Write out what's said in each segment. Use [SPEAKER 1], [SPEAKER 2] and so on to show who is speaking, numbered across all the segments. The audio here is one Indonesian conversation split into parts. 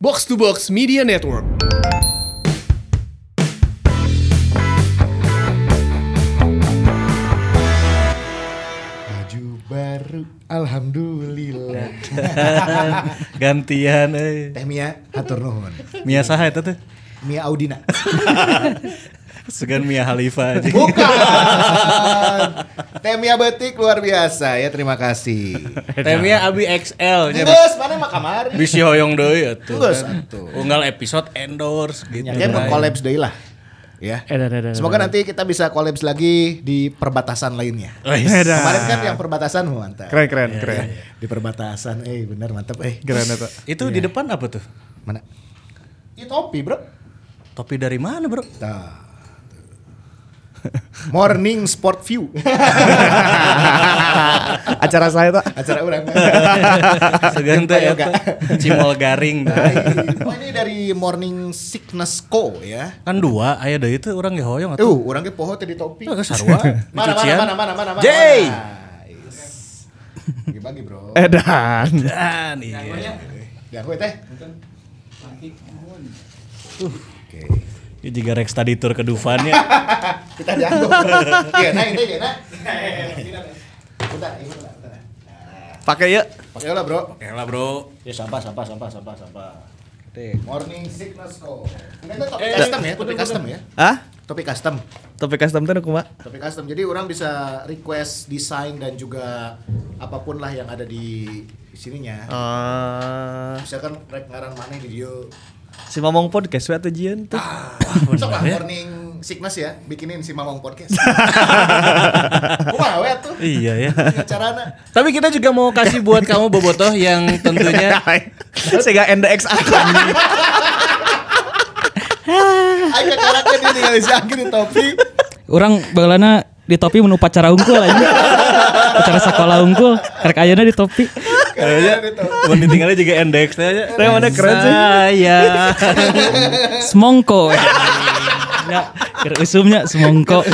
[SPEAKER 1] Box to Box Media Network.
[SPEAKER 2] Baju baru, alhamdulillah.
[SPEAKER 3] gantian eh
[SPEAKER 2] Teh Mia, hatur nuhun.
[SPEAKER 3] Mia saha eta teh
[SPEAKER 2] Mia Audina.
[SPEAKER 3] segan Mia Khalifa aja
[SPEAKER 2] Bukan. Teh Mia Betik luar biasa ya, terima kasih.
[SPEAKER 3] temnya Abi XL nya
[SPEAKER 2] Terus mana mah kamari?
[SPEAKER 3] bisi hoyong deui atuh
[SPEAKER 2] Terus
[SPEAKER 3] kan.
[SPEAKER 2] atuh.
[SPEAKER 3] unggal episode endorse gitu
[SPEAKER 2] Ya mau
[SPEAKER 3] Bray.
[SPEAKER 2] collabs deui lah. Ya.
[SPEAKER 4] Edan, edan,
[SPEAKER 2] Semoga nanti kita bisa collabs lagi di perbatasan lainnya.
[SPEAKER 3] Wais.
[SPEAKER 4] Edan.
[SPEAKER 2] Kemarin kan yang perbatasan mau
[SPEAKER 4] Ya.
[SPEAKER 2] mantap. Ya,
[SPEAKER 4] Keren keren keren.
[SPEAKER 2] Di perbatasan, eh benar mantap eh.
[SPEAKER 4] Keren itu.
[SPEAKER 3] itu di depan apa tuh
[SPEAKER 2] Mana? Itu topi, Bro.
[SPEAKER 3] topi dari mana bro
[SPEAKER 2] Tah. Morning Sport View.
[SPEAKER 4] Acara saya tuh.
[SPEAKER 2] Acara orang.
[SPEAKER 3] segan teh
[SPEAKER 2] Yoga.
[SPEAKER 3] eta cimol garing
[SPEAKER 2] Oh, ini dari Morning Sickness Co ya.
[SPEAKER 3] kan dua aya deui teh urang ge hoyong atuh
[SPEAKER 2] Uh, orang ke poho tadi topi.
[SPEAKER 3] Eh, sarua
[SPEAKER 2] Mana mana
[SPEAKER 3] cucian.
[SPEAKER 2] mana mana mana mana.
[SPEAKER 3] Jey!
[SPEAKER 2] Nice. Bagi-bagi, Bro.
[SPEAKER 4] eh, Edan.
[SPEAKER 3] Dan iya
[SPEAKER 2] Ganggu teh. Uh, Oke.
[SPEAKER 3] Ini juga Rex tadi tur ke ya. Dufanya
[SPEAKER 2] Kita dianggo. Iya, nah ini ya, nah. Bentar, ini bentar, bentar.
[SPEAKER 4] Pakai ya.
[SPEAKER 2] Pakai lah, Bro.
[SPEAKER 3] Elah bro
[SPEAKER 2] Ya sampah, sampah, sampah, sampah, sampah.
[SPEAKER 3] Teh.
[SPEAKER 2] Morning Sickness Co. Ini tuh topi custom ya, topi custom ya.
[SPEAKER 4] Hah?
[SPEAKER 2] Topi custom.
[SPEAKER 4] Topi custom tuh kumaha?
[SPEAKER 2] Tapi custom. Jadi orang bisa request desain dan juga apapun lah yang ada di di sininya.
[SPEAKER 4] Eh,
[SPEAKER 2] Misalkan rek ngaran mana di video.
[SPEAKER 4] si Mamong podcast we atuh jieun tuh.
[SPEAKER 2] Sok lah
[SPEAKER 3] ya?
[SPEAKER 2] morning sickness ya, bikinin si Mamong podcast. Kumaha we tuh.
[SPEAKER 3] iya ya
[SPEAKER 2] Carana.
[SPEAKER 3] Tapi kita juga mau kasih buat kamu Bobotoh yang tentunya
[SPEAKER 4] Sega NDX akan.
[SPEAKER 2] Ayo karakter dia tinggal si Anggi di topi.
[SPEAKER 5] Orang bagelana di topi menu pacara unggul aja. pacara sekolah unggul, karek ayeuna di topi.
[SPEAKER 2] Karakter di topi.
[SPEAKER 3] Cuman ditinggalnya juga index aja.
[SPEAKER 4] Yang mana keren sih?
[SPEAKER 3] Saya.
[SPEAKER 5] Semongko. Ya, keur usumnya semongko.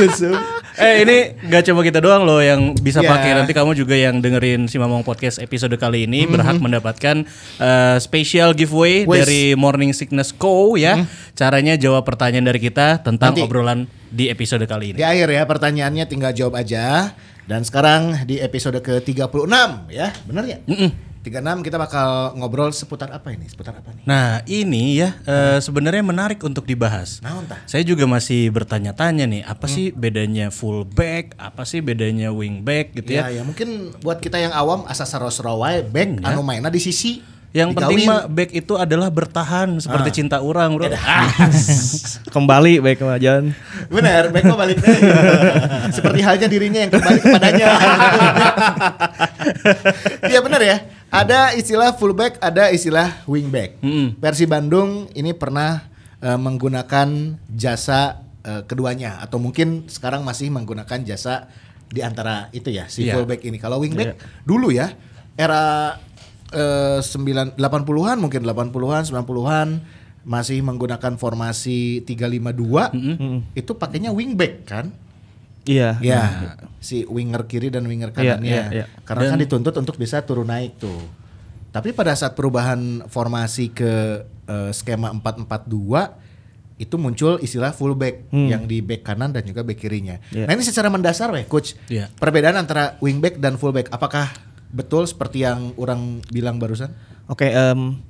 [SPEAKER 3] eh ini nggak cuma kita doang loh yang bisa
[SPEAKER 2] Ya.
[SPEAKER 3] pakai. Nanti kamu juga yang dengerin si Mamong Podcast episode kali ini
[SPEAKER 2] Mhm.
[SPEAKER 3] berhak mendapatkan eh, special giveaway
[SPEAKER 2] Wes.
[SPEAKER 3] dari Morning Sickness Co ya. Caranya jawab pertanyaan dari kita tentang
[SPEAKER 2] Mhm. Nanti.
[SPEAKER 3] obrolan di episode kali ini.
[SPEAKER 2] Di akhir ya pertanyaannya tinggal jawab aja. Dan sekarang di episode ke-36 ya, bener ya? 36 kita bakal ngobrol seputar apa ini? Seputar apa nih?
[SPEAKER 3] Nah ini ya eh, sebenarnya menarik untuk dibahas.
[SPEAKER 2] Naon tah?
[SPEAKER 3] Saya juga masih bertanya-tanya nih,
[SPEAKER 2] Mhm.
[SPEAKER 3] apa sih bedanya fullback, apa sih bedanya wingback gitu
[SPEAKER 2] Ya,
[SPEAKER 3] ya? Mm,
[SPEAKER 2] ya mungkin buat kita yang awam asa sarosro wae back anu mainna di sisi.
[SPEAKER 3] Yang
[SPEAKER 2] Di
[SPEAKER 3] penting
[SPEAKER 2] gawir.
[SPEAKER 3] mah back itu adalah bertahan seperti cinta orang, bro. Ah,
[SPEAKER 4] Kembali baik kemajuan.
[SPEAKER 2] bener back mah balik deui. Seperti halnya dirinya yang kembali kepadanya. Iya bener ya. Ada istilah fullback, ada istilah wingback. Versi Bandung ini pernah eh, menggunakan jasa eh, keduanya atau mungkin sekarang masih menggunakan jasa di antara itu ya si
[SPEAKER 3] Iya.
[SPEAKER 2] fullback ini. Kalau wingback dulu ya era eh, sembilan- 80-an mungkin 80-an 90-an masih menggunakan formasi 352 itu pakainya wingback kan?
[SPEAKER 4] Iya.
[SPEAKER 2] Ya, si winger kiri dan winger
[SPEAKER 4] Iya,
[SPEAKER 2] kanannya.
[SPEAKER 4] iya, iya.
[SPEAKER 2] Karena kan dituntut untuk bisa turun naik tuh. Tapi pada saat perubahan formasi ke eh, skema 4-4-2 itu muncul istilah fullback yang di back kanan dan juga back kirinya.
[SPEAKER 4] Hmm. Iya.
[SPEAKER 2] Nah, ini secara mendasar weh coach.
[SPEAKER 3] Iya.
[SPEAKER 2] Perbedaan antara wingback dan fullback apakah betul seperti yang orang bilang barusan?
[SPEAKER 4] Oke, em,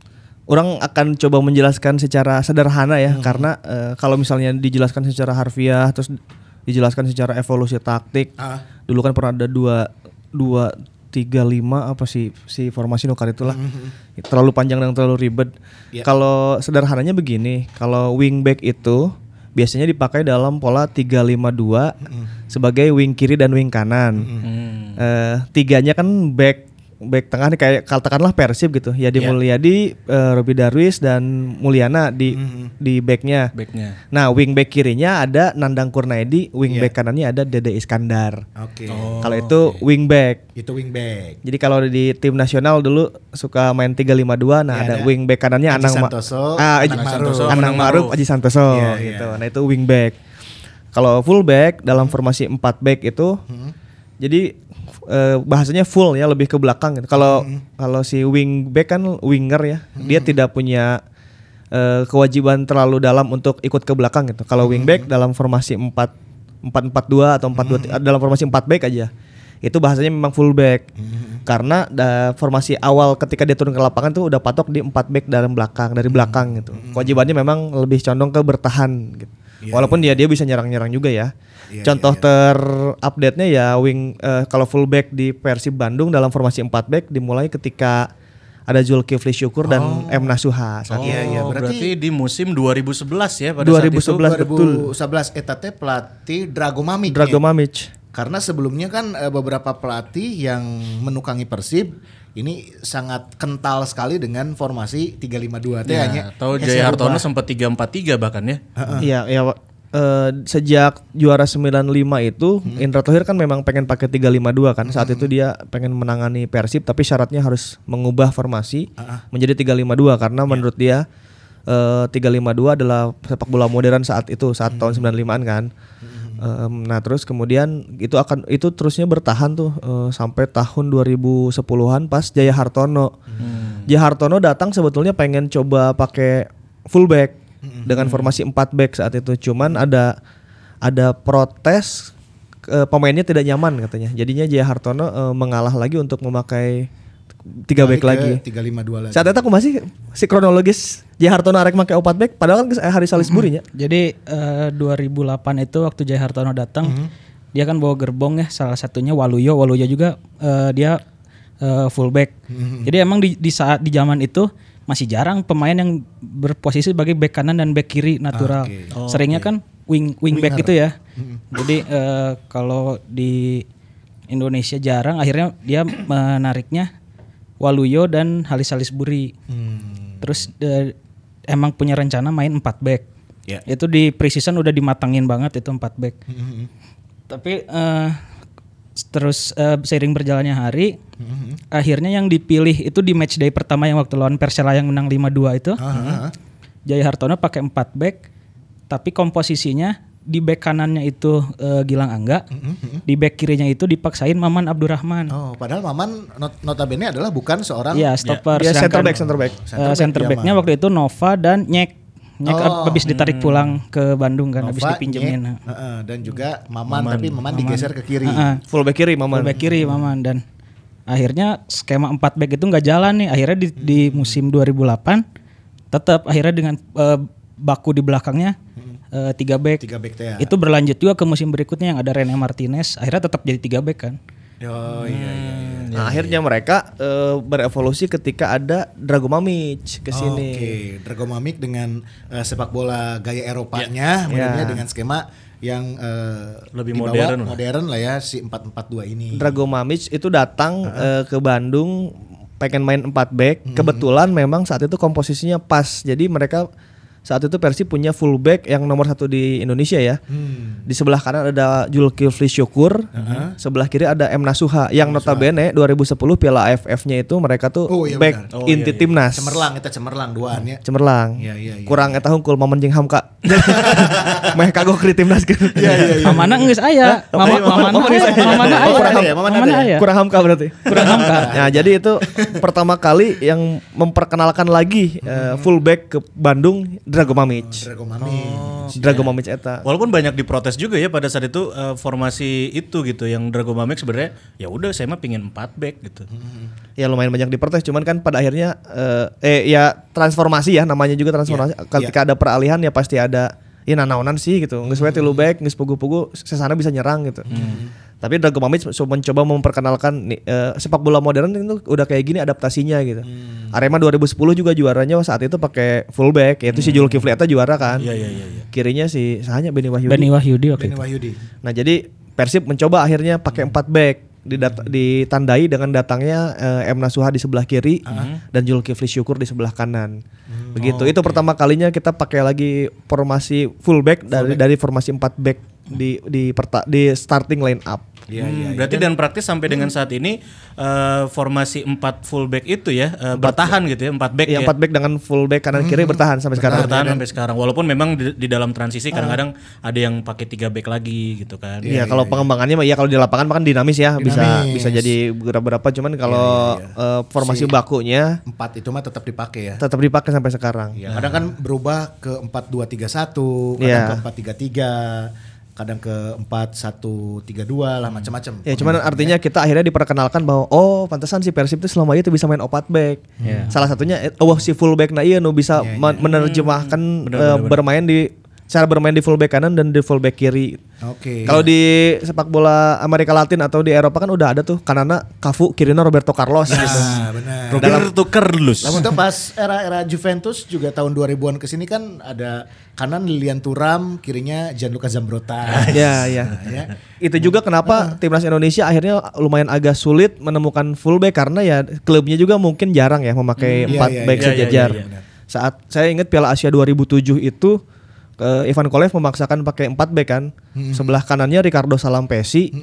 [SPEAKER 4] orang akan coba menjelaskan secara sederhana ya, karena eh, kalau misalnya dijelaskan secara harfiah, terus dijelaskan secara evolusi taktik,
[SPEAKER 2] Ah.
[SPEAKER 4] dulu kan pernah ada dua dua tiga lima apa sih si formasi nukar itulah terlalu panjang dan terlalu ribet.
[SPEAKER 2] Iya.
[SPEAKER 4] Kalau sederhananya begini, kalau wingback itu biasanya dipakai dalam pola 352 sebagai wing kiri dan wing kanan. Eh, tiganya kan back back tengah nih kayak katakanlah Persib gitu. Yadi
[SPEAKER 3] Iya.
[SPEAKER 4] Mulyadi, eh, Robi Darwis dan Mulyana di di backnya.
[SPEAKER 3] backnya.
[SPEAKER 4] Nah, wing back kirinya ada Nandang Kurnaidi, wing back kanannya ada Dede Iskandar.
[SPEAKER 2] Oke.
[SPEAKER 4] kalau itu wing back.
[SPEAKER 2] Itu wingback.
[SPEAKER 4] Jadi kalau di tim nasional dulu suka main 352 nah
[SPEAKER 2] Iya,
[SPEAKER 4] ada
[SPEAKER 2] ada.
[SPEAKER 4] wing back kanannya
[SPEAKER 2] Aji
[SPEAKER 4] Anang Ma-
[SPEAKER 2] Santoso,
[SPEAKER 4] ah, Aji-
[SPEAKER 2] Anang
[SPEAKER 4] Anang
[SPEAKER 2] Maruf.
[SPEAKER 4] Maruf, Anang Maruf, Aji Santoso
[SPEAKER 2] Iya, iya.
[SPEAKER 4] gitu. Nah itu wing back. Kalau full back dalam formasi 4 back itu
[SPEAKER 2] Hmm.
[SPEAKER 4] jadi eh, bahasanya full
[SPEAKER 2] Hmm.
[SPEAKER 4] ya lebih ke belakang gitu. Kalau kalau si wing back kan winger ya, dia tidak punya eh, kewajiban terlalu dalam untuk ikut ke belakang gitu. Kalau
[SPEAKER 2] Hmm.
[SPEAKER 4] wingback dalam formasi 4 4-4-2 atau 4-2 dalam formasi 4 back aja. Itu bahasanya memang full back.
[SPEAKER 3] Mm-hmm.
[SPEAKER 4] Karena da- formasi awal ketika dia turun ke lapangan tuh udah patok di 4 back dalam belakang,
[SPEAKER 3] Mm-hmm.
[SPEAKER 4] dari belakang gitu. Kewajibannya memang lebih condong ke bertahan gitu.
[SPEAKER 3] Iya,
[SPEAKER 4] Walaupun dia dia bisa nyerang-nyerang juga ya. Contoh terupdate-nya ya wing eh, kalau full back di Persib Bandung dalam formasi 4 back dimulai ketika ada Zulkifli Syukur dan M Nasuha saat
[SPEAKER 3] Oh,
[SPEAKER 4] itu.
[SPEAKER 2] iya,
[SPEAKER 3] berarti, di musim 2011 ya pada saat itu.
[SPEAKER 4] 2011 betul.
[SPEAKER 2] 2011 eta teh pelatih Dragomamic.
[SPEAKER 4] Drago Mamic.
[SPEAKER 2] Karena sebelumnya kan eh, beberapa pelatih yang menukangi Persib ini sangat kental sekali dengan formasi 352 teh hanya
[SPEAKER 3] Nah, Iya, Atau
[SPEAKER 2] hanya
[SPEAKER 3] Jaya
[SPEAKER 2] serba.
[SPEAKER 3] Hartono sempat 343 bahkan ya.
[SPEAKER 4] Iya, iya. Wak. Eh, sejak juara 95 itu Indra Tohir kan memang pengen pakai 352 kan. Saat itu dia pengen menangani Persib tapi syaratnya harus mengubah formasi menjadi 352 karena menurut dia eh, 352 adalah sepak bola modern saat itu saat tahun 95-an kan. Em, nah, terus kemudian itu akan itu terusnya bertahan tuh eh, sampai tahun 2010-an pas Jaya Hartono. Jaya Hartono datang sebetulnya pengen coba pakai fullback dengan formasi 4 back saat itu. Cuman ada ada protes eh, pemainnya tidak nyaman katanya. Jadinya Jaya Hartono eh, mengalah lagi untuk memakai tiga back
[SPEAKER 2] Balik
[SPEAKER 4] lagi.
[SPEAKER 2] ke 352 lagi.
[SPEAKER 4] Saat itu aku masih si kronologis Jaya Hartono arek pakai 4 back padahal kan geus aya Hari Salisbury nya.
[SPEAKER 5] Hmm. Jadi eh, 2008 itu waktu Jaya Hartono datang, dia kan bawa gerbong ya salah satunya Waluyo, Waluyo juga eh, dia eh, fullback. Jadi emang di, di saat di zaman itu masih jarang pemain yang berposisi sebagai back kanan dan back kiri natural. Seringnya kan wing wing back gitu ya. Jadi eh, kalau di Indonesia jarang akhirnya dia menariknya Waluyo dan Halis Halisburi.
[SPEAKER 2] Hmm.
[SPEAKER 5] Terus eh, emang punya rencana main 4 back.
[SPEAKER 3] Ya.
[SPEAKER 5] Itu di preseason udah dimatangin banget itu 4 back.
[SPEAKER 2] Hmm.
[SPEAKER 5] Tapi eh, terus eh, seiring berjalannya hari
[SPEAKER 4] Mm-hmm.
[SPEAKER 5] akhirnya yang dipilih itu di match day pertama yang waktu lawan Persela yang menang 5-2
[SPEAKER 2] Hmm.
[SPEAKER 5] itu. Jaya Hartono pakai 4 back tapi komposisinya di back kanannya itu eh, Gilang Angga,
[SPEAKER 4] Mm-hmm.
[SPEAKER 5] di back kirinya itu dipaksain Maman Abdurrahman.
[SPEAKER 2] Oh, padahal Maman not- notabene adalah bukan seorang
[SPEAKER 5] Iya, stopper.
[SPEAKER 4] Dia center
[SPEAKER 5] Sedangkan-
[SPEAKER 4] back center back.
[SPEAKER 5] Eh, center, backnya waktu itu Nova dan Nyek. Nyek
[SPEAKER 2] Oh.
[SPEAKER 5] habis ditarik pulang ke Bandung kan habis
[SPEAKER 2] Nova, Nyek,
[SPEAKER 5] dipinjemin.
[SPEAKER 2] heeh, dan juga Maman, tapi Maman, digeser ke kiri.
[SPEAKER 5] Heeh.
[SPEAKER 4] Full back kiri Maman.
[SPEAKER 5] Full back kiri Maman dan akhirnya skema 4 back itu nggak jalan nih. Akhirnya di, di musim 2008 tetap akhirnya dengan eh, baku di belakangnya eh, tiga back.
[SPEAKER 2] Tiga back teh. ya.
[SPEAKER 5] Itu berlanjut juga ke musim berikutnya yang ada Rene Martinez akhirnya tetap jadi tiga back kan.
[SPEAKER 2] Oh iya iya. iya.
[SPEAKER 4] Nah, akhirnya mereka eh, berevolusi ketika ada Drago Mamic ke sini.
[SPEAKER 2] Oh, Oke, Dragomamic dengan eh, sepak bola gaya Eropanya,
[SPEAKER 4] Ya.
[SPEAKER 2] mainnya dengan skema yang eh,
[SPEAKER 3] Lebih
[SPEAKER 2] dibawa
[SPEAKER 3] modern lah.
[SPEAKER 2] modern lah ya si 442 ini.
[SPEAKER 4] Drago Mamic itu datang eh, ke Bandung pengen main 4 back.
[SPEAKER 2] Hmm.
[SPEAKER 4] Kebetulan memang saat itu komposisinya pas. Jadi mereka saat itu Persib punya full back yang nomor satu di Indonesia ya.
[SPEAKER 2] Hmm.
[SPEAKER 4] Di sebelah kanan ada Julkifli Syukur, sebelah kiri ada M Nasuha yang notabene 2010 Piala AFF-nya itu mereka tuh
[SPEAKER 2] Oh, iya
[SPEAKER 4] back
[SPEAKER 2] benar.
[SPEAKER 4] inti timnas.
[SPEAKER 2] Cemerlang kita cemerlang duaan ya.
[SPEAKER 4] Oh. Cemerlang.
[SPEAKER 2] Iya, iya, iya.
[SPEAKER 4] Kurang eta hungkul Mamen jeung Hamka. Meh kagok ke timnas gitu.
[SPEAKER 2] Iya,
[SPEAKER 5] Mamana geus aya. Mama, mamana
[SPEAKER 4] Mamana geus
[SPEAKER 5] aya.
[SPEAKER 4] aya.
[SPEAKER 5] Mamana aya.
[SPEAKER 4] Mamana ada ya,
[SPEAKER 2] mamana
[SPEAKER 5] Mamana
[SPEAKER 2] ada
[SPEAKER 5] aya.
[SPEAKER 4] Kurang hamka berarti. Kurang hamka. Nah, jadi itu pertama kali yang memperkenalkan lagi eh, fullback ke Bandung Drago Mamic.
[SPEAKER 2] Dragomamic.
[SPEAKER 4] Drago Mamic eta.
[SPEAKER 3] Walaupun banyak diprotes juga ya pada saat itu eh, formasi itu gitu yang Dragomamic sebenarnya ya udah saya mah pingin 4 back gitu.
[SPEAKER 4] Ya lumayan banyak diprotes cuman kan pada akhirnya eh eh, ya transformasi ya namanya juga transformasi.
[SPEAKER 3] Iya.
[SPEAKER 4] Ketika ada peralihan ya pasti ada ya nanaonan sih gitu. Nggak
[SPEAKER 3] Hmm.
[SPEAKER 4] sesuai tilu back, nggak pugu-pugu sesana bisa nyerang gitu. Tapi Drago Mamic so- mencoba memperkenalkan nih, eh, sepak bola modern itu udah kayak gini adaptasinya gitu.
[SPEAKER 3] Hmm.
[SPEAKER 4] Arema 2010 juga juaranya saat itu pakai fullback yaitu si Julkifli Eta juara kan.
[SPEAKER 3] Hmm. Iya iya iya iya.
[SPEAKER 4] Kirinya si sahanya Beni Wahyudi.
[SPEAKER 5] Bani Wahyudi waktu
[SPEAKER 2] Benny
[SPEAKER 5] itu.
[SPEAKER 2] Wahyudi.
[SPEAKER 4] Nah, jadi Persib mencoba akhirnya pakai empat back didat- ditandai dengan datangnya eh, M Nasuha di sebelah kiri dan Julkifli Syukur di sebelah kanan. Begitu. Itu pertama kalinya kita pakai lagi Hmm. formasi full back dari dari formasi empat back di di perta- di starting line up.
[SPEAKER 3] Hmm, berarti dan praktis sampai dengan saat ini eh, formasi 4 fullback itu ya eh, bertahan gitu ya 4 back
[SPEAKER 4] Iya,
[SPEAKER 3] ya.
[SPEAKER 4] empat back dengan full back kanan kiri bertahan sampai sekarang.
[SPEAKER 3] bertahan sampai sekarang walaupun memang di, di dalam transisi kadang-kadang ada yang pakai 3 back lagi gitu kan.
[SPEAKER 4] Iya, kalau pengembangannya mah iya kalau di lapangan mah kan dinamis Iya, ya, bisa bisa jadi berapa-berapa cuman kalau eh, formasi bakunya
[SPEAKER 2] Empat itu mah tetap dipakai ya.
[SPEAKER 4] tetap dipakai sampai sekarang.
[SPEAKER 2] Ya, kadang kan berubah ke 4231, kadang
[SPEAKER 4] Iya.
[SPEAKER 2] ke 433, kadang ke 4132 lah macam-macam.
[SPEAKER 4] Ya cuman artinya kita akhirnya diperkenalkan bahwa oh pantesan si Persib itu selama itu bisa main opat back. Salah satunya eh, oh si fullback nah iya nu bisa men- menerjemahkan eh, bermain di cara bermain di fullback kanan dan di fullback kiri.
[SPEAKER 2] Oke.
[SPEAKER 4] Kalau di sepak bola Amerika Latin atau di Eropa kan udah ada tuh kanana Cafu, kirina Roberto Carlos gitu.
[SPEAKER 2] Nah, benar.
[SPEAKER 3] Roberto Carlos.
[SPEAKER 2] Namun tuh pas era-era Juventus juga tahun 2000-an ke sini kan ada kanan Lilian Turam, kirinya Gianluca Zambrotta.
[SPEAKER 4] Ya, ya.
[SPEAKER 2] ya.
[SPEAKER 4] Itu juga kenapa timnas Indonesia akhirnya lumayan agak sulit menemukan fullback karena ya klubnya juga mungkin jarang ya memakai
[SPEAKER 2] Hmm, iya,
[SPEAKER 4] empat
[SPEAKER 2] iya,
[SPEAKER 4] back
[SPEAKER 3] iya, iya,
[SPEAKER 4] sejajar.
[SPEAKER 3] iya,
[SPEAKER 2] iya.
[SPEAKER 4] Saat saya ingat Piala Asia 2007 itu eh, Ivan Kolev memaksakan pakai empat back kan.
[SPEAKER 2] Hmm.
[SPEAKER 4] Sebelah kanannya Ricardo Salampesi,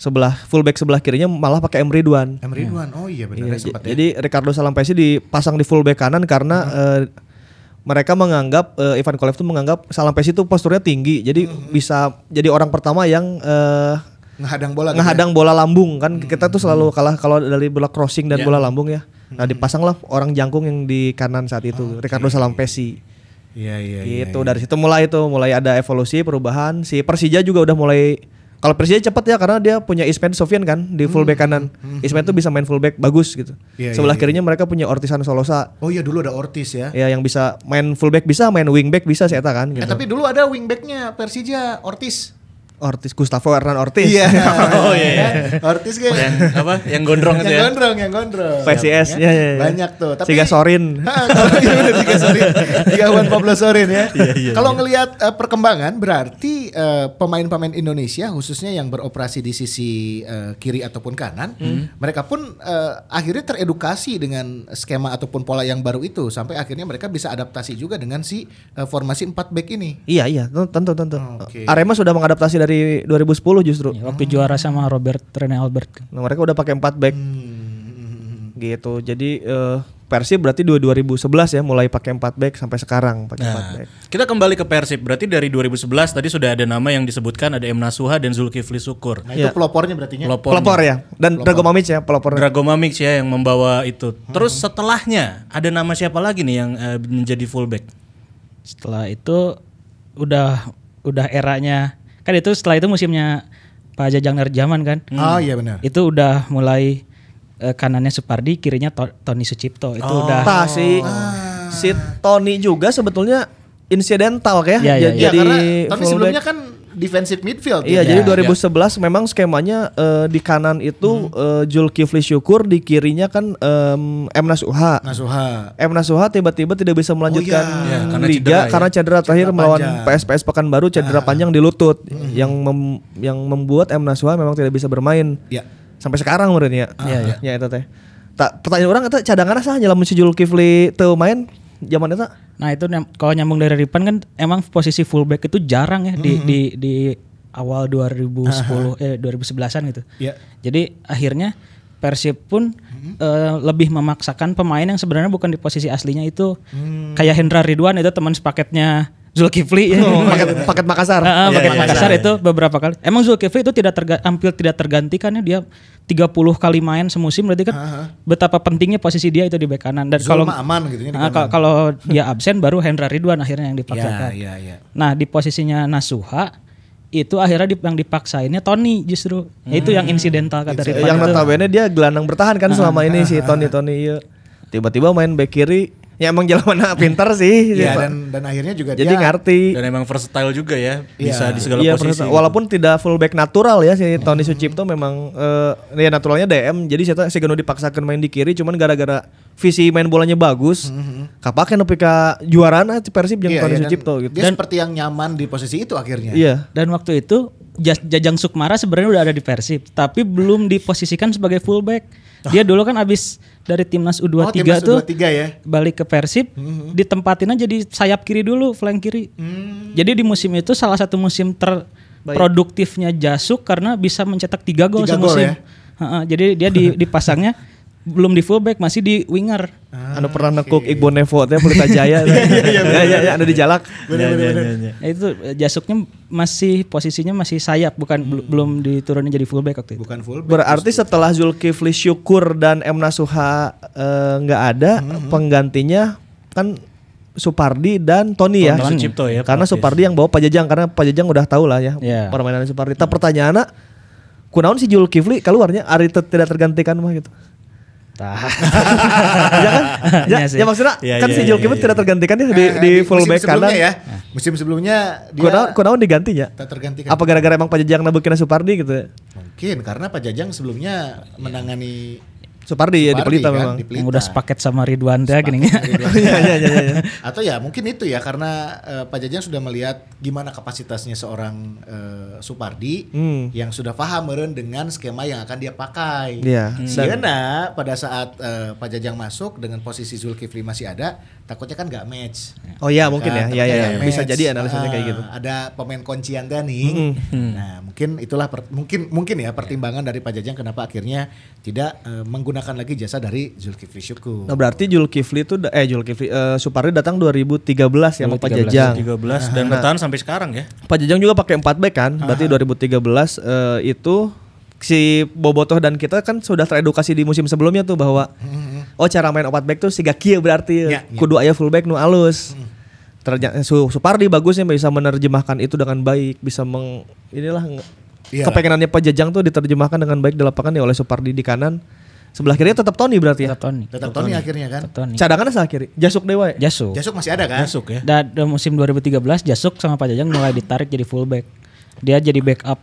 [SPEAKER 4] sebelah fullback sebelah kirinya malah pakai Emre Duan.
[SPEAKER 2] Em Ridwan. Oh iya
[SPEAKER 4] Iya,
[SPEAKER 2] benar ya, Hmm. sempat
[SPEAKER 4] j- jadi Ricardo Salampesi dipasang di fullback kanan karena eh, mereka menganggap eh, Ivan Kolev tuh menganggap Salampesi itu posturnya tinggi, jadi
[SPEAKER 2] Hmm,
[SPEAKER 4] bisa jadi orang pertama yang eh,
[SPEAKER 2] ngehadang bola gitu
[SPEAKER 4] ngehadang bola lambung
[SPEAKER 2] Hmm,
[SPEAKER 4] kan kita tuh selalu kalah kalau dari bola crossing dan
[SPEAKER 2] Iya.
[SPEAKER 4] bola lambung ya.
[SPEAKER 2] Hmm,
[SPEAKER 4] Nah dipasanglah orang jangkung yang di kanan saat
[SPEAKER 2] Oh,
[SPEAKER 4] itu Ricardo Salampesi.
[SPEAKER 2] ya? Iya iya iya.
[SPEAKER 4] gitu dari situ mulai itu mulai ada evolusi perubahan si Persija juga udah mulai kalau Persija cepat ya karena dia punya Ismail Sofian kan di fullback kanan. Ismail tuh bisa main fullback bagus gitu.
[SPEAKER 2] Hmm. Iya,
[SPEAKER 4] Sebelah
[SPEAKER 2] iya,
[SPEAKER 4] kirinya mereka punya Ortisan Solosa
[SPEAKER 2] Oh iya dulu ada Ortiz ya.
[SPEAKER 4] ya yang bisa main fullback bisa, main wingback bisa si eta kan gitu.
[SPEAKER 2] Eh tapi dulu ada wingbacknya Persija Ortiz.
[SPEAKER 4] Ortiz Gustavo Hernan Ortiz.
[SPEAKER 3] Oh, iya, iya.
[SPEAKER 2] Ortiz kan.
[SPEAKER 3] yang apa? Yang gondrong
[SPEAKER 2] yang
[SPEAKER 3] itu ya.
[SPEAKER 2] gondrong, yang gondrong.
[SPEAKER 4] VCS,
[SPEAKER 2] Ya,
[SPEAKER 4] iya, iya, iya.
[SPEAKER 2] Banyak tuh. Tapi
[SPEAKER 4] Siga Sorin.
[SPEAKER 2] Ah, kalau- iya bener, Siga Sorin. Siga Juan Pablo Sorin ya. Kalau ngelihat eh, perkembangan berarti eh, pemain-pemain Indonesia khususnya yang beroperasi di sisi eh, kiri ataupun kanan, mereka pun eh, akhirnya teredukasi dengan skema ataupun pola yang baru itu sampai akhirnya mereka bisa adaptasi juga dengan si eh, formasi 4 back ini.
[SPEAKER 4] Iya iya tentu tentu.
[SPEAKER 2] Oke.
[SPEAKER 4] Arema sudah mengadaptasi dari 2010 justru.
[SPEAKER 5] Ya, waktu juara sama Robert Rene Albert.
[SPEAKER 4] Nah, mereka udah pakai 4 back.
[SPEAKER 2] Hmm.
[SPEAKER 4] Gitu. Jadi eh Persib berarti 2011 ya mulai pakai 4 back sampai sekarang pakai 4
[SPEAKER 3] Nah,
[SPEAKER 4] back.
[SPEAKER 3] kita kembali ke Persib. Berarti dari 2011 tadi sudah ada nama yang disebutkan ada M Nasuha dan Zulkifli Syukur.
[SPEAKER 2] Nah, itu pelopornya berartinya.
[SPEAKER 3] Pelopor.
[SPEAKER 4] Pelopor ya. Dan Dragomamic ya pelopor.
[SPEAKER 3] Dragomamic ya yang membawa itu. Terus setelahnya ada nama siapa lagi nih yang eh, menjadi fullback?
[SPEAKER 5] Setelah itu udah udah eranya kan itu setelah itu musimnya Pak Jajang Nerjaman kan.
[SPEAKER 2] Oh iya benar.
[SPEAKER 5] Itu udah mulai eh, kanannya Supardi, kirinya To- Tony Sucipto. Itu udah
[SPEAKER 4] Tah, si si Tony juga sebetulnya insidental ya.
[SPEAKER 5] Iya, iya,
[SPEAKER 4] Ja-
[SPEAKER 5] iya.
[SPEAKER 2] Iya
[SPEAKER 4] Jadi
[SPEAKER 2] karena tapi
[SPEAKER 4] full
[SPEAKER 2] sebelumnya
[SPEAKER 4] back.
[SPEAKER 2] kan defensive midfield.
[SPEAKER 4] Iya,
[SPEAKER 2] ya.
[SPEAKER 4] jadi 2011 memang skemanya eh, di kanan itu eh, Julkifli Syukur, di kirinya kan em, M Nasuha.
[SPEAKER 2] Nasuha.
[SPEAKER 4] M Nasuha tiba-tiba tidak bisa melanjutkan
[SPEAKER 2] Nah. iya.
[SPEAKER 3] Ya, karena
[SPEAKER 4] liga
[SPEAKER 3] cedera ya.
[SPEAKER 4] karena cedera terakhir
[SPEAKER 2] Cedera
[SPEAKER 4] melawan
[SPEAKER 2] panjang.
[SPEAKER 4] PSPS Pekanbaru cedera panjang di lutut yang mem- yang membuat M Nasuha memang tidak bisa bermain
[SPEAKER 2] Ya.
[SPEAKER 4] sampai sekarang menurutnya.
[SPEAKER 5] Iya, iya.
[SPEAKER 4] Ya itu teh. Tak pertanyaan orang eta cadangan sah nyala si Julkifli teu main zaman eta.
[SPEAKER 5] Nah itu nyam- kalau nyambung dari Ripan kan emang posisi fullback itu jarang ya di di di awal 2010 eh 2011-an gitu.
[SPEAKER 2] Iya.
[SPEAKER 5] Jadi akhirnya Persib pun eh, lebih memaksakan pemain yang sebenarnya bukan di posisi aslinya itu kayak Hendra Ridwan itu teman sepaketnya Zulkifli ya.
[SPEAKER 4] paket paket Makassar.
[SPEAKER 5] Ah, ah,
[SPEAKER 3] Iya,
[SPEAKER 5] pakai
[SPEAKER 3] iya,
[SPEAKER 5] Makassar
[SPEAKER 3] iya.
[SPEAKER 5] itu beberapa kali. Emang Zulkifli itu tidak terga- hampir tidak tergantikan ya dia 30 kali main semusim berarti kan betapa pentingnya posisi dia itu di bek kanan
[SPEAKER 2] Ah,
[SPEAKER 5] dan
[SPEAKER 2] Zul
[SPEAKER 5] kalau
[SPEAKER 2] mah aman gitu ya di
[SPEAKER 5] Ah, kalau kalau dia absen baru Hendra Ridwan akhirnya yang
[SPEAKER 4] Ah,
[SPEAKER 5] dipaksakan.
[SPEAKER 2] Iya, iya, iya.
[SPEAKER 5] Nah, di posisinya Nasuha itu akhirnya dip- yang dipaksainnya Tony justru. Ya, Itu yang
[SPEAKER 2] Hmm.
[SPEAKER 5] insidental kata Ridwan.
[SPEAKER 4] yang
[SPEAKER 5] itu.
[SPEAKER 4] notabene dia gelandang bertahan kan selama ini si Tony Tony iya. Tiba-tiba main back kiri. Ya emang jalan mana pinter sih.
[SPEAKER 2] Iya,
[SPEAKER 4] Pak.
[SPEAKER 2] dan dan akhirnya juga
[SPEAKER 4] Jadi
[SPEAKER 2] dia
[SPEAKER 4] ngerti.
[SPEAKER 3] Dan emang versatile juga ya, bisa di segala
[SPEAKER 4] Iya,
[SPEAKER 3] posisi.
[SPEAKER 4] persis. walaupun tidak fullback natural ya si Tony Sucipto memang eh ya naturalnya DM jadi saya si Geno dipaksakan main di kiri cuman gara-gara visi main bolanya bagus kapake nepi ka juarana si Persib jeung
[SPEAKER 2] Iya,
[SPEAKER 4] Tony
[SPEAKER 2] iya, dan
[SPEAKER 4] Sucipto gitu.
[SPEAKER 2] Dia seperti yang nyaman di posisi itu akhirnya.
[SPEAKER 4] Iya.
[SPEAKER 5] Dan waktu itu Jas- Jajang Sukmara sebenarnya udah ada di Persib, tapi belum diposisikan sebagai fullback. Dia dulu kan abis dari timnas U23
[SPEAKER 2] Ah. Oh, timnas
[SPEAKER 5] tuh
[SPEAKER 2] U23 ya.
[SPEAKER 5] balik ke Persib,
[SPEAKER 2] Mm-hmm. Hmm.
[SPEAKER 5] ditempatin aja di sayap kiri dulu, flank kiri. Jadi di musim itu salah satu musim ter produktifnya Jasuk karena bisa mencetak tiga gol
[SPEAKER 2] Tiga gol
[SPEAKER 5] semusim.
[SPEAKER 2] ya?
[SPEAKER 5] Ha-ha, jadi dia di, dipasangnya belum di fullback masih di winger.
[SPEAKER 3] Ah,
[SPEAKER 4] anu pernah nekuk Iqbal Nevo teh Pelita Jaya. Ya ya ya ada di Jalak.
[SPEAKER 3] Iya, iya, iya, iya.
[SPEAKER 5] Nah, itu eh, Jasuknya masih posisinya masih sayap bukan bel-
[SPEAKER 2] Hmm.
[SPEAKER 5] belum diturunin jadi fullback waktu itu.
[SPEAKER 2] bukan full
[SPEAKER 4] Berarti setelah Zulkifli Syukur dan M Nasuha eh, nggak ada,
[SPEAKER 3] Mm-hmm.
[SPEAKER 4] penggantinya kan Supardi dan Tony ya.
[SPEAKER 3] Tony Sucipto ya,
[SPEAKER 4] Karena
[SPEAKER 3] praktis.
[SPEAKER 4] Supardi yang bawa Pajajang karena Pajajang udah tahu lah ya
[SPEAKER 5] Iya.
[SPEAKER 4] permainan Supardi. Tapi pertanyaannya kunaon si Zulkifli keluarnya Ari te- tidak tergantikan mah gitu. ya kan? Ya,
[SPEAKER 5] Iya sih.
[SPEAKER 4] ya maksudnya
[SPEAKER 3] Iya,
[SPEAKER 4] kan
[SPEAKER 3] iya,
[SPEAKER 4] si
[SPEAKER 3] iya,
[SPEAKER 4] Zulkifli
[SPEAKER 3] iya,
[SPEAKER 4] tidak
[SPEAKER 3] iya.
[SPEAKER 4] tergantikan ya
[SPEAKER 2] Eh,
[SPEAKER 4] di, di fullback kanan. Ah.
[SPEAKER 2] ya musim sebelumnya dia
[SPEAKER 4] Kunaon kunaon digantinya?
[SPEAKER 2] tak tergantikan
[SPEAKER 4] Apa gara-gara emang Pajajang nabukina Supardi gitu ya?
[SPEAKER 2] mungkin karena Pak Jajang sebelumnya menangani
[SPEAKER 4] Supardi, ya Iya. di
[SPEAKER 2] Supardi,
[SPEAKER 4] Pelita
[SPEAKER 2] kan,
[SPEAKER 4] memang.
[SPEAKER 2] di Pelita.
[SPEAKER 5] Yang udah sepaket sama Ridwan teh gini.
[SPEAKER 4] Iya iya iya iya.
[SPEAKER 2] atau ya mungkin itu ya karena eh, Pak Jajang sudah melihat gimana kapasitasnya seorang eh, Supardi
[SPEAKER 4] Hmm.
[SPEAKER 2] yang sudah paham meren dengan skema yang akan dia pakai.
[SPEAKER 4] Iya.
[SPEAKER 2] Hmm. Sieuna pada saat eh, Pak Jajang masuk dengan posisi Zulkifli masih ada, takutnya kan nggak match.
[SPEAKER 4] Oh iya mungkin ya.
[SPEAKER 2] Kan,
[SPEAKER 4] Iya iya
[SPEAKER 2] takutnya
[SPEAKER 4] iya.
[SPEAKER 2] nggak
[SPEAKER 4] bisa
[SPEAKER 2] match.
[SPEAKER 4] jadi analisanya
[SPEAKER 2] Ah,
[SPEAKER 4] kayak gitu. Hmm.
[SPEAKER 2] Ada pemain kuncian Daning. Nah, mungkin itulah per- mungkin mungkin ya pertimbangan dari Pak Jajang kenapa akhirnya tidak eh, menggunakan lagi jasa dari Zulkifli Syukur.
[SPEAKER 4] Nah, berarti Julkifli itu da- eh Julkifli eh Supardi datang 2013 ya sama Pak Jajang.
[SPEAKER 3] 13 dan bertahan sampai sekarang ya.
[SPEAKER 4] Pak Jajang juga pakai 4 back kan? Berarti 2013 eh, itu si Bobotoh dan kita kan sudah teredukasi di musim sebelumnya tuh bahwa oh cara main 4 back tuh siga kieu berarti
[SPEAKER 2] Ya, ya.
[SPEAKER 4] kudu aya full back nu alus. Ternyata Su- Supardi bagusnya bisa menerjemahkan itu dengan baik, bisa meng inilah nge-
[SPEAKER 2] Iyalah.
[SPEAKER 4] kepengenannya Pak Jajang tuh diterjemahkan dengan baik di lapangan ya oleh Supardi di kanan. Sebelah kiri tetap Tony berarti ya.
[SPEAKER 5] Tetap Tony.
[SPEAKER 2] Tetap Tony akhirnya kan.
[SPEAKER 5] Tetap Tony.
[SPEAKER 4] Cadangannya salah kiri. Jasuk Dewa. Ya?
[SPEAKER 5] Jasuk.
[SPEAKER 2] Jasuk masih ada kan?
[SPEAKER 3] Masuk ya.
[SPEAKER 5] Dan di musim 2013 Jasuk sama Pak Jajang mulai ditarik jadi fullback. Dia jadi backup.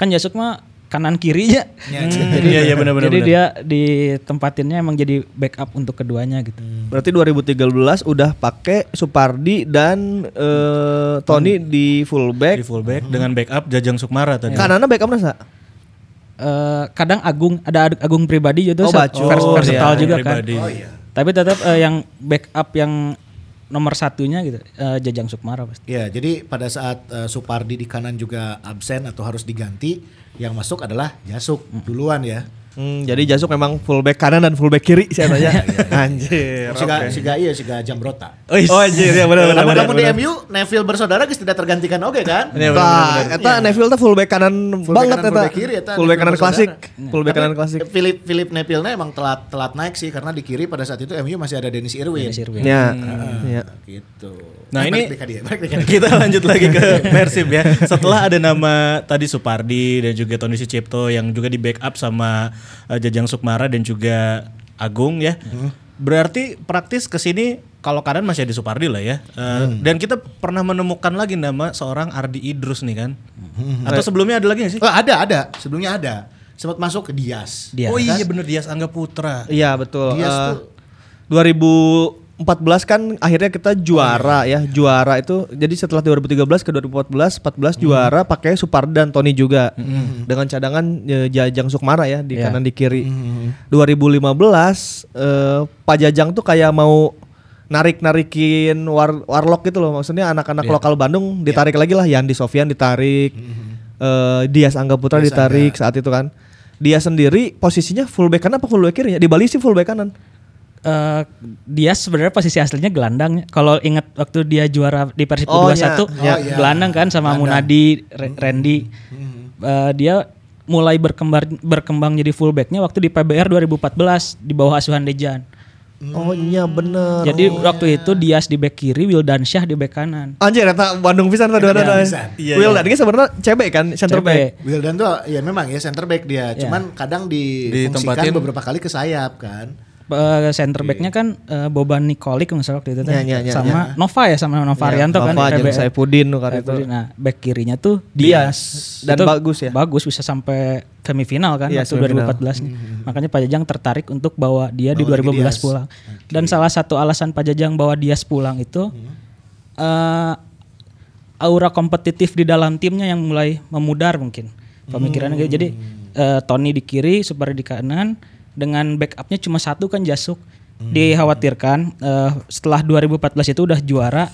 [SPEAKER 5] Kan Jasuk mah kanan kiri ya.
[SPEAKER 3] Iya iya benar benar.
[SPEAKER 5] jadi
[SPEAKER 3] benar.
[SPEAKER 5] dia ditempatinnya emang jadi backup untuk keduanya gitu.
[SPEAKER 4] Berarti 2013 udah pakai Supardi dan eh, Tony di
[SPEAKER 3] di
[SPEAKER 4] fullback.
[SPEAKER 3] fullback dengan backup Jajang Sukmara tadi.
[SPEAKER 4] Kanannya backup nasa?
[SPEAKER 5] Eh, kadang Agung ada Ad- Agung pribadi itu
[SPEAKER 4] Oh,
[SPEAKER 5] sa-
[SPEAKER 4] Bacul.
[SPEAKER 5] vers-
[SPEAKER 4] Oh,
[SPEAKER 5] versatile
[SPEAKER 4] iya,
[SPEAKER 5] juga
[SPEAKER 3] Ya, pribadi.
[SPEAKER 5] kan.
[SPEAKER 3] Oh, iya.
[SPEAKER 5] Tapi tetap eh, yang backup yang nomor satunya gitu eh, Jajang Sukmara pasti.
[SPEAKER 2] Ya, jadi pada saat eh, Supardi di kanan juga absen atau harus diganti, yang masuk adalah Jasuk duluan ya.
[SPEAKER 4] Hmm, jadi Jasuk memang fullback kanan dan fullback kiri saya tanya. Anjir.
[SPEAKER 2] Siga, siga iya, siga Jambrota.
[SPEAKER 3] iya.
[SPEAKER 4] Oh anjir ya benar benar
[SPEAKER 2] Namun
[SPEAKER 4] benar.
[SPEAKER 2] namun di MU Neville bersaudara geus tidak tergantikan oke kan?
[SPEAKER 4] Nah, eta Neville tuh fullback kanan
[SPEAKER 2] Fullback
[SPEAKER 4] banget
[SPEAKER 2] kanan,
[SPEAKER 4] eta.
[SPEAKER 2] fullback kiri, eta
[SPEAKER 4] Fullback
[SPEAKER 2] Neville
[SPEAKER 4] kanan klasik.
[SPEAKER 2] bersaudara.
[SPEAKER 4] Fullback kanan klasik.
[SPEAKER 2] Eh, Philip Philip Neville-nya emang telat telat naik sih karena di kiri pada saat itu MU masih ada Dennis Irwin.
[SPEAKER 5] Dennis Irwin.
[SPEAKER 4] Ya. Ya.
[SPEAKER 2] Gitu.
[SPEAKER 3] Nah, ini-
[SPEAKER 2] balik deh ke dia, balik deh ke dia.
[SPEAKER 3] kita lanjut lagi ke Persib ya. Setelah ada nama tadi Supardi dan juga Tony Sucipto yang juga di backup sama eh, Jajang Sukmara dan juga Agung ya. Berarti praktis ke sini kalau kanan masih ada Supardi lah ya. Eh, Dan kita pernah menemukan lagi nama seorang Ardi Idrus nih kan. Atau sebelumnya ada lagi gak sih?
[SPEAKER 2] Oh, ada ada, sebelumnya ada. Sempat masuk ke Dias.
[SPEAKER 5] Dias.
[SPEAKER 3] Oh iya bener Dias Angga Putra.
[SPEAKER 4] Iya betul.
[SPEAKER 2] Dias
[SPEAKER 4] Eh,
[SPEAKER 2] tuh-
[SPEAKER 4] 2014 kan akhirnya kita juara ya. Juara itu jadi setelah 2013 ke 2014 14 juara pakai Supardi dan Tony juga. Dengan cadangan eh, Jajang Sukmara ya di
[SPEAKER 5] Iya.
[SPEAKER 4] kanan di kiri. 2015 eh, Pak Jajang tuh kayak mau narik-narikin war- warlock gitu loh. Maksudnya anak-anak lokal Bandung ditarik lagi lah Yandi Sofian ditarik. eh, Dias Angga Putra ditarik saat itu kan. Dia sendiri posisinya fullback kanan apa fullback kiri ya? Di Bali sih fullback kanan.
[SPEAKER 5] Eh, dia sebenarnya posisi aslinya gelandang. Kalau ingat waktu dia juara di Persib
[SPEAKER 4] Oh,
[SPEAKER 5] 21
[SPEAKER 2] iya. Oh, iya.
[SPEAKER 5] gelandang kan sama Munadi, Re- Randy. Eh, dia mulai berkembang berkembang jadi fullbacknya waktu di PBR 2014 di bawah asuhan Dejan.
[SPEAKER 4] Oh iya bener.
[SPEAKER 5] Jadi waktu itu Dias di back kiri, Wildansyah di back kanan.
[SPEAKER 4] Anjir eta Bandung pisan tadi ada.
[SPEAKER 2] pisan.
[SPEAKER 3] Iya,
[SPEAKER 4] Will
[SPEAKER 3] iya.
[SPEAKER 4] tadi sebenarnya CB kan center
[SPEAKER 5] CB.
[SPEAKER 4] back.
[SPEAKER 2] Wildan tuh ya memang ya center back dia, cuman kadang difungsikan
[SPEAKER 3] Ditempatin.
[SPEAKER 2] beberapa kali ke sayap kan.
[SPEAKER 5] Eh, center backnya kan eh, Boban Nikolik misalnya waktu itu
[SPEAKER 4] Ya,
[SPEAKER 5] teh.
[SPEAKER 4] ya, ya,
[SPEAKER 5] sama Nova ya sama Nova Arianto kan
[SPEAKER 4] Iya, Nova,
[SPEAKER 5] di
[SPEAKER 4] Jeng
[SPEAKER 5] PBR.
[SPEAKER 4] Saipudin tuh kali itu.
[SPEAKER 5] Saipudin. Nah, back kirinya tuh
[SPEAKER 4] Dias. Dan
[SPEAKER 5] Itu
[SPEAKER 4] bagus ya.
[SPEAKER 5] Bagus bisa sampai semifinal kan
[SPEAKER 4] Iya,
[SPEAKER 5] waktu
[SPEAKER 4] semifinal. Mm-hmm.
[SPEAKER 5] 2014 nih. Makanya Pak Jajang tertarik untuk bawa dia di
[SPEAKER 2] Bawa lagi
[SPEAKER 5] 2015
[SPEAKER 2] Dias.
[SPEAKER 5] pulang. Dan salah satu alasan Pak Jajang bawa Dias pulang itu
[SPEAKER 4] Mm-hmm.
[SPEAKER 5] eh, aura kompetitif di dalam timnya yang mulai memudar mungkin pemikirannya gitu. Jadi
[SPEAKER 4] Mm.
[SPEAKER 5] eh, Tony di kiri, Supari di kanan dengan backupnya cuma
[SPEAKER 4] Mm.
[SPEAKER 5] satu kan Jasuk. Dikhawatirkan eh, setelah 2014 itu udah juara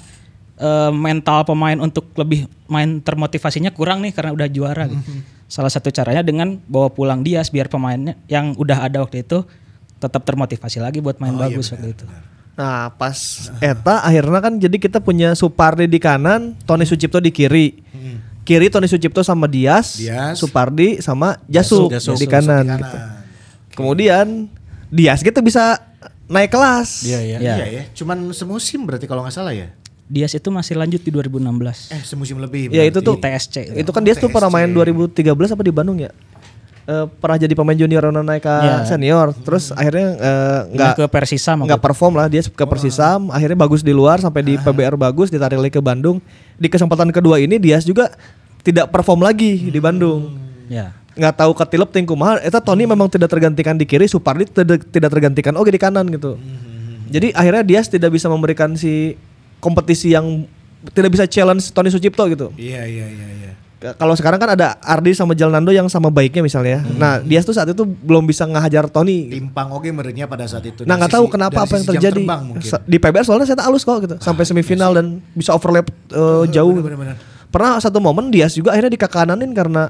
[SPEAKER 5] eh, mental pemain untuk lebih main termotivasinya kurang nih karena udah juara gitu. Salah satu caranya dengan bawa pulang Dias biar pemainnya yang udah ada waktu itu tetap termotivasi lagi buat main bagus waktu itu.
[SPEAKER 4] Nah pas Eta akhirnya kan jadi kita punya Supardi di kanan, Tony Sucipto di kiri. Kiri Tony Sucipto sama Dias,
[SPEAKER 2] Dias.
[SPEAKER 4] Supardi sama Jasuk,
[SPEAKER 3] Jasuk.
[SPEAKER 4] di kanan. gitu. Kemudian Dias gitu bisa naik kelas.
[SPEAKER 3] Iya, iya.
[SPEAKER 5] Ya.
[SPEAKER 2] Iya ya, cuman semusim berarti kalau nggak salah ya.
[SPEAKER 5] Dias itu masih lanjut di 2016.
[SPEAKER 2] Eh semusim lebih.
[SPEAKER 4] Ya itu tuh
[SPEAKER 5] Di TSC.
[SPEAKER 4] Itu kan Dias tuh pernah main 2013 apa di Bandung ya? Eh, pernah jadi pemain junior Rono naik ke
[SPEAKER 5] Iya.
[SPEAKER 4] senior, terus akhirnya eh, nggak
[SPEAKER 5] Pindah ke Persisam waktu
[SPEAKER 4] nggak perform lah dia ke Persisam akhirnya bagus di luar sampai di PBR bagus ditarik lagi ke Bandung di kesempatan kedua ini Dias juga tidak perform lagi di Bandung
[SPEAKER 5] Ya.
[SPEAKER 4] nggak tahu ketilep tingku mahal itu Tony memang tidak tergantikan di kiri Supardi tidak tidak tergantikan oke di kanan gitu jadi akhirnya Dias tidak bisa memberikan si kompetisi yang tidak bisa challenge Tony Sucipto gitu
[SPEAKER 2] Iya iya iya iya.
[SPEAKER 4] K- kalau sekarang kan ada Ardi sama Jalnando yang sama baiknya misalnya nah Dias tuh saat itu belum bisa ngehajar Tony gitu.
[SPEAKER 2] Timpang oke merenya pada saat itu.
[SPEAKER 4] Nah
[SPEAKER 2] Dari
[SPEAKER 4] nggak tahu
[SPEAKER 2] sisi-
[SPEAKER 4] kenapa
[SPEAKER 2] dari
[SPEAKER 4] apa yang
[SPEAKER 2] sisi jam
[SPEAKER 4] terjadi
[SPEAKER 2] terbang mungkin. Ah, iya
[SPEAKER 4] Sa- di PBR soalnya saya tak halus kok gitu sampai semifinal dan bisa overlap uh, jauh.
[SPEAKER 2] bener-bener.
[SPEAKER 4] Pernah satu momen Dias juga akhirnya dikakananin karena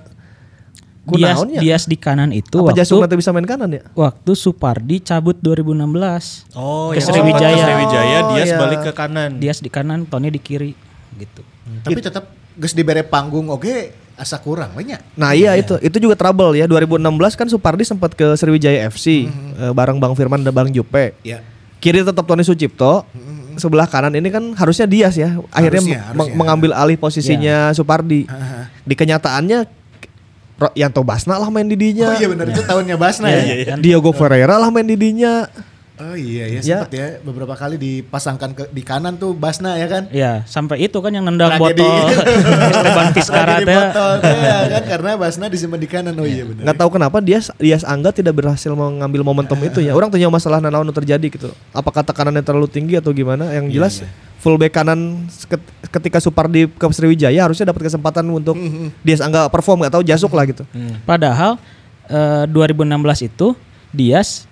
[SPEAKER 5] Dias,
[SPEAKER 4] kunaonnya.
[SPEAKER 5] Dias di kanan itu
[SPEAKER 4] ya? apa Jasung
[SPEAKER 5] waktu
[SPEAKER 4] nanti bisa main kanan ya?
[SPEAKER 5] waktu Supardi cabut 2016.
[SPEAKER 3] Oh,
[SPEAKER 5] Ke
[SPEAKER 3] yang
[SPEAKER 5] Sriwijaya.
[SPEAKER 3] ke Sriwijaya, Dias
[SPEAKER 4] iya.
[SPEAKER 3] balik ke kanan.
[SPEAKER 5] Dias di kanan, Tony di kiri gitu.
[SPEAKER 2] Hmm, Tapi tetap geus dibere panggung oke asa kurang banyak.
[SPEAKER 4] Nah iya itu itu juga trouble ya 2016 kan Supardi sempat ke Sriwijaya FC eh,
[SPEAKER 2] Mm-hmm.
[SPEAKER 4] bareng Bang Firman dan Bang Jupe.
[SPEAKER 2] Ya.
[SPEAKER 4] Kiri tetap Tony Sucipto, sebelah kanan ini kan harusnya Dias ya. Akhirnya
[SPEAKER 2] Mm-hmm. Harusnya,
[SPEAKER 4] meng-
[SPEAKER 2] harusnya. Iya.
[SPEAKER 4] mengambil alih posisinya Supardi. Di kenyataannya Ro- Yanto Basna lah main didinya.
[SPEAKER 2] Oh iya benar itu tahunnya Basna
[SPEAKER 3] Iya,
[SPEAKER 2] ya.
[SPEAKER 4] Diogo Eh, Ferreira lah main didinya.
[SPEAKER 2] Oh iya ya
[SPEAKER 4] Ya.
[SPEAKER 2] sempat ya beberapa kali dipasangkan ke di kanan tuh Basna ya kan.
[SPEAKER 5] Ya, sampai itu kan yang nendang
[SPEAKER 2] Tragedi.
[SPEAKER 5] botol Esteban Vizcarra
[SPEAKER 2] Lagi di
[SPEAKER 5] teh.
[SPEAKER 2] botol, ya kan karena Basna disimpan di kanan. Oh iya benar.
[SPEAKER 4] Nggak tahu kenapa dia Dias Angga tidak berhasil mengambil momentum itu ya. Orang tanya masalah nanaon anu terjadi gitu. Apakah tekanannya terlalu tinggi atau gimana?
[SPEAKER 3] Iya,
[SPEAKER 4] Yang jelas fullback kanan ket- ketika Supardi ke Sriwijaya harusnya dapat kesempatan untuk
[SPEAKER 3] Hmm,
[SPEAKER 4] Dias Angga perform nggak tahu jasuk lah gitu.
[SPEAKER 5] Padahal eh, 2016 itu Dias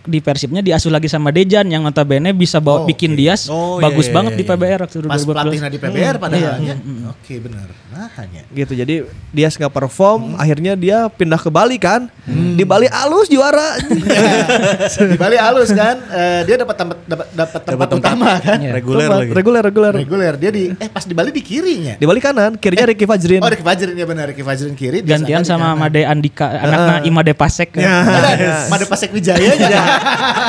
[SPEAKER 5] di persibnya diasuh lagi sama Dejan yang notabene bisa bawa bikin Dias
[SPEAKER 3] Oh, iya,
[SPEAKER 5] bagus
[SPEAKER 3] iya,
[SPEAKER 5] banget
[SPEAKER 3] iya,
[SPEAKER 5] di PBR waktu
[SPEAKER 2] Pas
[SPEAKER 5] 2012.
[SPEAKER 2] pelatihnya di PBR padahalnya. Oke benar. Nah hanya.
[SPEAKER 4] Gitu. Jadi Dias nggak
[SPEAKER 3] Hmm.
[SPEAKER 4] perform, akhirnya dia pindah ke Bali kan. Di Bali alus juara.
[SPEAKER 2] di Bali halus kan eh, dia dapat tempat dapat dapat tempat, utama kan
[SPEAKER 5] Iya.
[SPEAKER 3] Reguler
[SPEAKER 4] Tempat-
[SPEAKER 3] lagi.
[SPEAKER 4] Reguler reguler.
[SPEAKER 2] reguler dia di eh pas di Bali di kirinya
[SPEAKER 4] Di Bali kanan, kirinya Ricky Fajrin.
[SPEAKER 2] oh Ricky Fajrin ya benar Ricky Fajrin kiri dia sana
[SPEAKER 5] Gantian
[SPEAKER 2] di
[SPEAKER 3] kan?
[SPEAKER 5] sama
[SPEAKER 2] kanan.
[SPEAKER 5] Made Andika,
[SPEAKER 3] Ah.
[SPEAKER 5] anaknya Imade Pasek.
[SPEAKER 3] Iya.
[SPEAKER 5] kan.
[SPEAKER 3] Nah,
[SPEAKER 2] Ada, Made Pasek Wijaya ya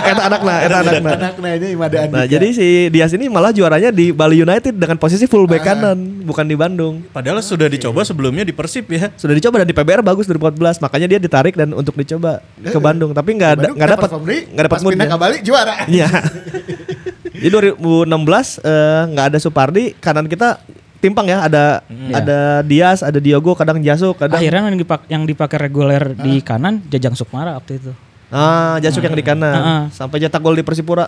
[SPEAKER 4] Eta anak nah, eta anak nah.
[SPEAKER 2] anak nanya Imade Andika
[SPEAKER 4] Nah, jadi si Dias ini malah juaranya di Bali United dengan posisi
[SPEAKER 2] Ah.
[SPEAKER 4] fullback kanan, bukan di Bandung.
[SPEAKER 3] Padahal sudah dicoba sebelumnya di Persib ya.
[SPEAKER 4] Sudah dicoba dan di PBR bagus 2014, makanya dia ditarik dan untuk dicoba ke Bandung, tapi nggak ada
[SPEAKER 2] Eh, Bandung
[SPEAKER 4] nggak dapat
[SPEAKER 2] perform di,
[SPEAKER 4] nggak dapat
[SPEAKER 2] pas
[SPEAKER 4] mood.
[SPEAKER 2] pindah
[SPEAKER 4] ya.
[SPEAKER 2] ke Bali juara
[SPEAKER 4] Iya. Jadi 2016 eh, nggak ada Supardi, kanan kita timpang ya, ada ada Dias, ada Diogo, kadang Jasuk, kadang
[SPEAKER 5] Akhirnya yang dipak- yang dipakai reguler
[SPEAKER 3] Ah.
[SPEAKER 5] di kanan Jajang Sukmara waktu itu.
[SPEAKER 4] ah Jasuk yang di kanan.
[SPEAKER 5] Heeh.
[SPEAKER 4] Sampai cetak gol di Persipura.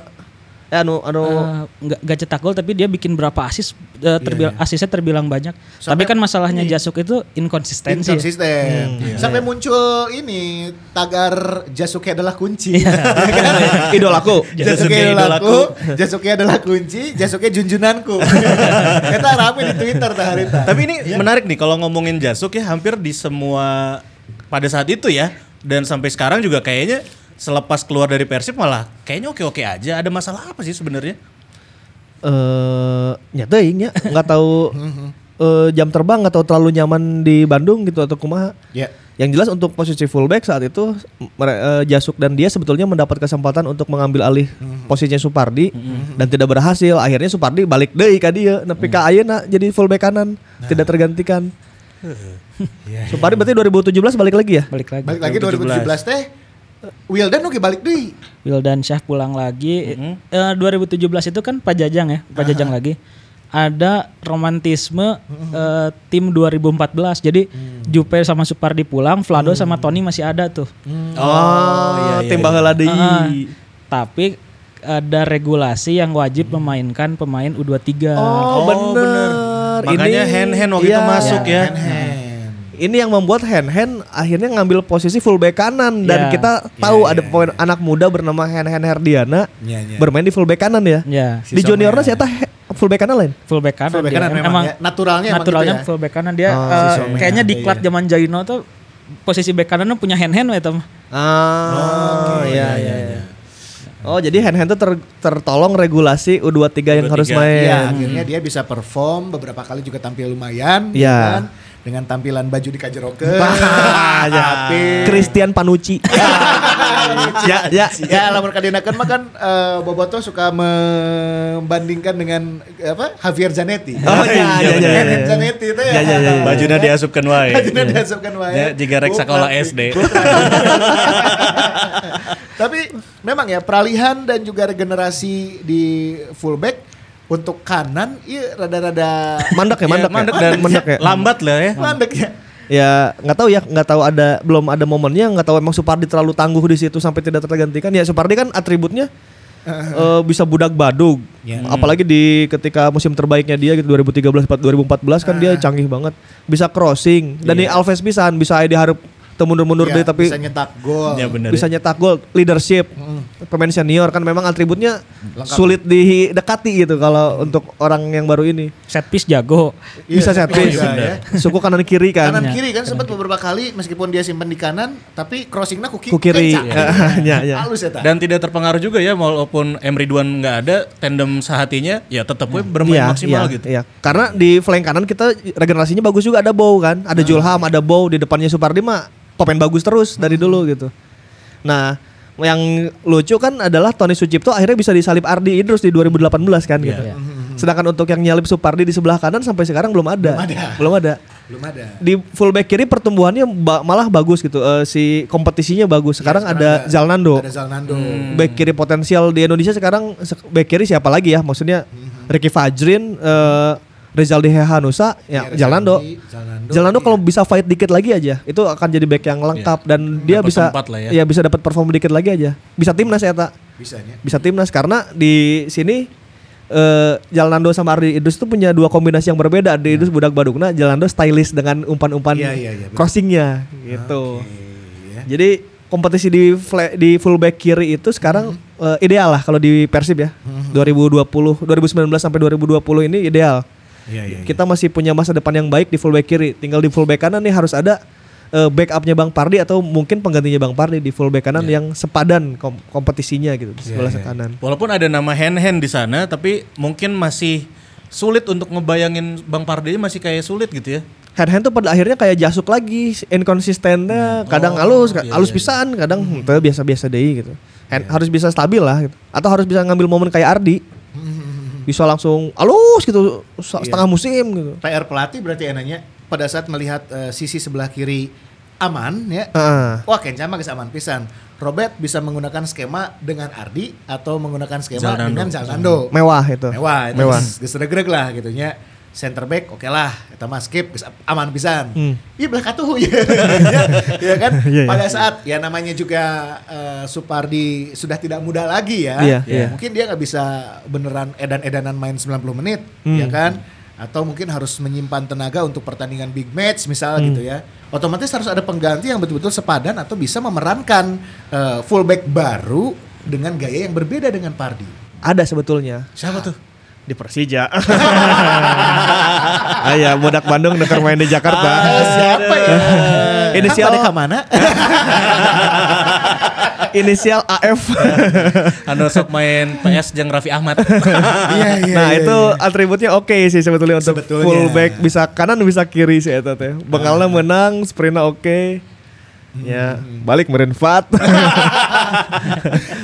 [SPEAKER 4] Eh anu
[SPEAKER 3] Oh.
[SPEAKER 4] anu
[SPEAKER 5] Eh, nggak nggak cetak gol tapi dia bikin berapa asis eh,
[SPEAKER 3] Iya,
[SPEAKER 5] terbil- asisnya terbilang banyak. tapi kan masalahnya Jasuk itu inkonsistensi. ya.
[SPEAKER 2] konsisten sampai muncul ini tagar Jasuke adalah kunci
[SPEAKER 4] idolaku.
[SPEAKER 2] Iya. Jasuke idolaku Jasuke adalah kunci Jasuke junjunanku kita rame di Twitter tah hari tah.
[SPEAKER 3] Tapi ini
[SPEAKER 4] Iya.
[SPEAKER 3] menarik nih kalau ngomongin Jasuk ya hampir di semua pada saat itu ya dan sampai sekarang juga kayaknya selepas keluar dari Persib malah kayaknya oke-oke aja. Ada masalah apa sih sebenarnya?
[SPEAKER 4] eh nya teuing nya nggak tahu
[SPEAKER 3] Mhm.
[SPEAKER 4] eh, jam terbang nggak tahu terlalu nyaman di Bandung gitu atau kumaha.
[SPEAKER 2] ya
[SPEAKER 4] Yang jelas untuk posisi fullback saat itu mere- eh, Jasuk dan dia sebetulnya mendapat kesempatan untuk mengambil alih
[SPEAKER 3] Mhm.
[SPEAKER 4] posisinya Supardi dan tidak berhasil. Akhirnya Supardi balik deui ka dia nepi
[SPEAKER 3] Mhm.
[SPEAKER 4] ka ayeuna jadi fullback kanan
[SPEAKER 3] Nah.
[SPEAKER 4] tidak tergantikan.
[SPEAKER 3] Iya,
[SPEAKER 4] Supardi berarti 2017 balik lagi ya?
[SPEAKER 5] Balik lagi.
[SPEAKER 2] balik lagi 2017 teh Wildan oke balik deh
[SPEAKER 5] Wildan Syah pulang lagi.
[SPEAKER 2] Mm-hmm.
[SPEAKER 5] Eh, 2017 itu kan Pak Jajang ya,
[SPEAKER 2] Nah.
[SPEAKER 5] Pak Jajang lagi. Ada romantisme
[SPEAKER 2] Mm-hmm.
[SPEAKER 5] eh, tim 2014. Jadi
[SPEAKER 2] Mm.
[SPEAKER 5] Jupe sama Supardi pulang, Vlado sama Tony masih ada tuh.
[SPEAKER 3] iya,
[SPEAKER 4] Oh, tim baheula deui.
[SPEAKER 5] Ah, tapi ada regulasi yang wajib
[SPEAKER 2] Mm-hmm.
[SPEAKER 5] memainkan pemain U23.
[SPEAKER 4] Oh, bener.
[SPEAKER 3] Makanya hand-hand waktu itu
[SPEAKER 4] iya.
[SPEAKER 3] masuk ya.
[SPEAKER 4] Ini yang membuat Hen Hen akhirnya ngambil posisi fullback kanan dan
[SPEAKER 5] Ya.
[SPEAKER 4] kita tahu ada pemain anak muda bernama Hen Hen Herdiana
[SPEAKER 2] Ya, ya.
[SPEAKER 4] Iya. bermain di fullback kanan ya.
[SPEAKER 5] Ya.
[SPEAKER 4] Di juniornya siapa fullback kanan lain.
[SPEAKER 5] fullback kanan
[SPEAKER 2] Fullback
[SPEAKER 5] dia.
[SPEAKER 2] kanan memang ya. Naturalnya emang
[SPEAKER 5] naturalnya
[SPEAKER 2] gitu ya.
[SPEAKER 5] fullback kanan dia
[SPEAKER 4] Oh,
[SPEAKER 5] eh,
[SPEAKER 2] si Somea.
[SPEAKER 5] kayaknya di
[SPEAKER 2] Iya,
[SPEAKER 5] klat
[SPEAKER 2] iya.
[SPEAKER 5] zaman Jaino tuh posisi back kanan tuh punya hand hand ya Tom.
[SPEAKER 4] Ah, iya, iya, iya. Oh, jadi hand hand itu ter- tertolong regulasi U23 yang harus
[SPEAKER 3] 23.
[SPEAKER 4] main.
[SPEAKER 2] Iya, akhirnya dia bisa perform beberapa kali juga tampil lumayan,
[SPEAKER 4] Iya.
[SPEAKER 2] ya kan? Dengan tampilan baju di Kajeroke.
[SPEAKER 4] Bah, ya. Christian Panucci. ya, ya.
[SPEAKER 2] Ya, lamun kadinakeun mah kan eh, Boboto suka membandingkan dengan eh, apa? Javier Zanetti.
[SPEAKER 4] Oh, iya, iya, iya, iya.
[SPEAKER 2] Janet Zanetti itu ya.
[SPEAKER 4] Iya, iya, iya, iya.
[SPEAKER 3] Bajunya diasupkan wae.
[SPEAKER 2] Bajunya diasupkan wae.
[SPEAKER 3] Ya, jika rek
[SPEAKER 2] Bukan
[SPEAKER 3] sekolah
[SPEAKER 2] sih.
[SPEAKER 3] SD.
[SPEAKER 2] Bukan. Tapi memang ya peralihan dan juga regenerasi di fullback untuk kanan iya rada-rada
[SPEAKER 4] Mandek ya, mandek.
[SPEAKER 3] Ya, mandek dan
[SPEAKER 4] mandek ya.
[SPEAKER 3] lambat lah ya.
[SPEAKER 2] mandek ya.
[SPEAKER 4] Ya nggak tahu ya nggak tahu ada belum ada momennya nggak tahu emang Supardi terlalu tangguh di situ sampai tidak tergantikan ya Supardi kan atributnya eh, bisa budak badug
[SPEAKER 2] Ya.
[SPEAKER 4] apalagi di ketika musim terbaiknya dia gitu 2013 2014
[SPEAKER 2] Ah.
[SPEAKER 4] kan dia canggih banget bisa crossing dan ini Alves bisa bisa di harap temundur-mundur
[SPEAKER 2] Iya,
[SPEAKER 4] deh tapi
[SPEAKER 2] bisa nyetak gol.
[SPEAKER 4] Iya,
[SPEAKER 2] Hmm.
[SPEAKER 3] Ya benar.
[SPEAKER 4] bisa nyetak gol leadership pemain senior kan memang atributnya
[SPEAKER 2] Lengkap.
[SPEAKER 4] sulit didekati gitu kalau untuk orang yang baru ini
[SPEAKER 5] Set piece jago.
[SPEAKER 2] Iya,
[SPEAKER 4] bisa set
[SPEAKER 2] tapi
[SPEAKER 4] piece
[SPEAKER 2] bisa ya.
[SPEAKER 4] suku kanan kiri kan
[SPEAKER 2] kanan kiri kan sempat beberapa kali meskipun dia simpen di kanan tapi crossingnya ku kiri.
[SPEAKER 4] Ku kiri. Ya, ya.
[SPEAKER 2] Halus eta.
[SPEAKER 3] Dan tidak terpengaruh juga ya walaupun M Ridwan nggak ada tandem sehatinya ya tetap we bermain
[SPEAKER 4] Iya,
[SPEAKER 3] maksimal
[SPEAKER 4] iya,
[SPEAKER 3] gitu.
[SPEAKER 4] iya. Karena di flank kanan kita regenerasinya bagus juga ada Bow kan, ada Julham, ada Bow di depannya Supardi mah pemain bagus terus dari dulu gitu. Nah, yang lucu kan adalah Tony Sucipto akhirnya bisa disalip Ardi Idrus di 2018 kan gitu.
[SPEAKER 5] Iya.
[SPEAKER 4] Sedangkan untuk yang nyalip Supardi di sebelah kanan sampai sekarang belum ada.
[SPEAKER 2] Belum ada.
[SPEAKER 4] Belum ada.
[SPEAKER 2] belum ada.
[SPEAKER 4] Di fullback kiri pertumbuhannya ba- malah bagus gitu. Eh, si kompetisinya bagus. Sekarang ada
[SPEAKER 2] Iya, Sekarang
[SPEAKER 4] Zalnando
[SPEAKER 2] Ada Zalnando.
[SPEAKER 4] Hmm. back kiri potensial di Indonesia sekarang sek- back kiri siapa lagi ya? Maksudnya Ricky Fajrin, eh, Rezaldi Hehanusa, ya
[SPEAKER 2] Rezaldi,
[SPEAKER 4] Jalando.
[SPEAKER 2] Zalando,
[SPEAKER 4] Jalando
[SPEAKER 2] iya.
[SPEAKER 4] kalau
[SPEAKER 3] ya.
[SPEAKER 4] bisa fight dikit lagi aja, itu akan jadi back yang lengkap dan dia
[SPEAKER 3] Iya. Dapat
[SPEAKER 4] bisa
[SPEAKER 3] tempat lah ya.
[SPEAKER 4] ya bisa dapat perform dikit lagi aja. Bisa timnas ya, Tak?
[SPEAKER 2] Bisa ya.
[SPEAKER 4] Bisa timnas karena di sini eh Jalando sama Ardi Idrus itu punya dua kombinasi yang berbeda. Ardi Idrus budak badukna, Jalando stylish dengan umpan-umpan
[SPEAKER 2] Nah. Iya, iya, iya, betul.
[SPEAKER 4] crossingnya gitu.
[SPEAKER 2] Iya.
[SPEAKER 4] Jadi kompetisi di fla- di fullback kiri itu sekarang
[SPEAKER 2] Hmm.
[SPEAKER 4] eh, ideal lah kalau di Persib ya. 2020, 2019 sampai 2020 ini ideal.
[SPEAKER 2] Iya, iya.
[SPEAKER 4] Kita masih punya masa depan yang baik di fullback kiri. Tinggal di fullback kanan nih harus ada eh, backupnya Bang Pardi atau mungkin penggantinya Bang Pardi di fullback kanan yang sepadan kom- kompetisinya gitu di sebelah kanan.
[SPEAKER 3] Walaupun ada nama hand hand di sana tapi mungkin masih sulit untuk ngebayangin Bang Pardi masih kayak sulit gitu ya.
[SPEAKER 4] Hand hand tuh pada akhirnya kayak jasuk lagi, inkonsistennya, kadang halus, ka- halus pisan, kadang hmm, teu biasa-biasa deh gitu. Hand- Harus bisa stabil lah, gitu. atau harus bisa ngambil momen kayak Ardi, bisa langsung halus gitu se- setengah musim gitu.
[SPEAKER 2] PR pelatih berarti enaknya pada saat melihat eh, sisi sebelah kiri aman ya.
[SPEAKER 4] Heeh.
[SPEAKER 2] Wah, kenca mah geus aman pisan. Robert bisa menggunakan skema dengan Ardi atau menggunakan skema
[SPEAKER 3] Zalnando.
[SPEAKER 2] dengan Zalando.
[SPEAKER 4] mewah itu.
[SPEAKER 2] Mewah, itu
[SPEAKER 4] Mewah.
[SPEAKER 2] geus- geus regreg lah gitu nya. Center back oke lah, eta mah skip geus aman pisan.
[SPEAKER 4] Hmm.
[SPEAKER 2] Iya belah katuh ya. ya kan?
[SPEAKER 4] Iya, iya.
[SPEAKER 2] Pada saat ya namanya juga eh, Supardi sudah tidak muda lagi ya.
[SPEAKER 4] Iya,
[SPEAKER 2] Ya,
[SPEAKER 4] iya.
[SPEAKER 2] Mungkin dia nggak bisa beneran edan-edanan main 90 menit
[SPEAKER 4] Hmm.
[SPEAKER 2] ya kan? Atau mungkin harus menyimpan tenaga untuk pertandingan big match misalnya gitu
[SPEAKER 4] Hmm.
[SPEAKER 2] ya. Otomatis harus ada pengganti yang betul-betul sepadan atau bisa memerankan eh, fullback baru dengan gaya yang berbeda dengan Pardi.
[SPEAKER 4] Ada sebetulnya
[SPEAKER 2] Siapa tuh?
[SPEAKER 4] di Persija. Ayah budak Bandung denger main di Jakarta.
[SPEAKER 2] Ah, siapa ya?
[SPEAKER 4] Inisial-
[SPEAKER 2] Hang pada kemana?
[SPEAKER 4] Inisial AF.
[SPEAKER 3] Anu sok main PS jeung Raffi Ahmad.
[SPEAKER 2] Iya, iya,
[SPEAKER 4] nah
[SPEAKER 2] iya,
[SPEAKER 4] itu
[SPEAKER 2] iya.
[SPEAKER 4] atributnya oke sih sebetulnya Nah. untuk
[SPEAKER 2] Sebetulnya.
[SPEAKER 4] fullback bisa kanan bisa kiri sih eta teh. Bengalna menang, sprintnya oke. Ya, balik meren fat.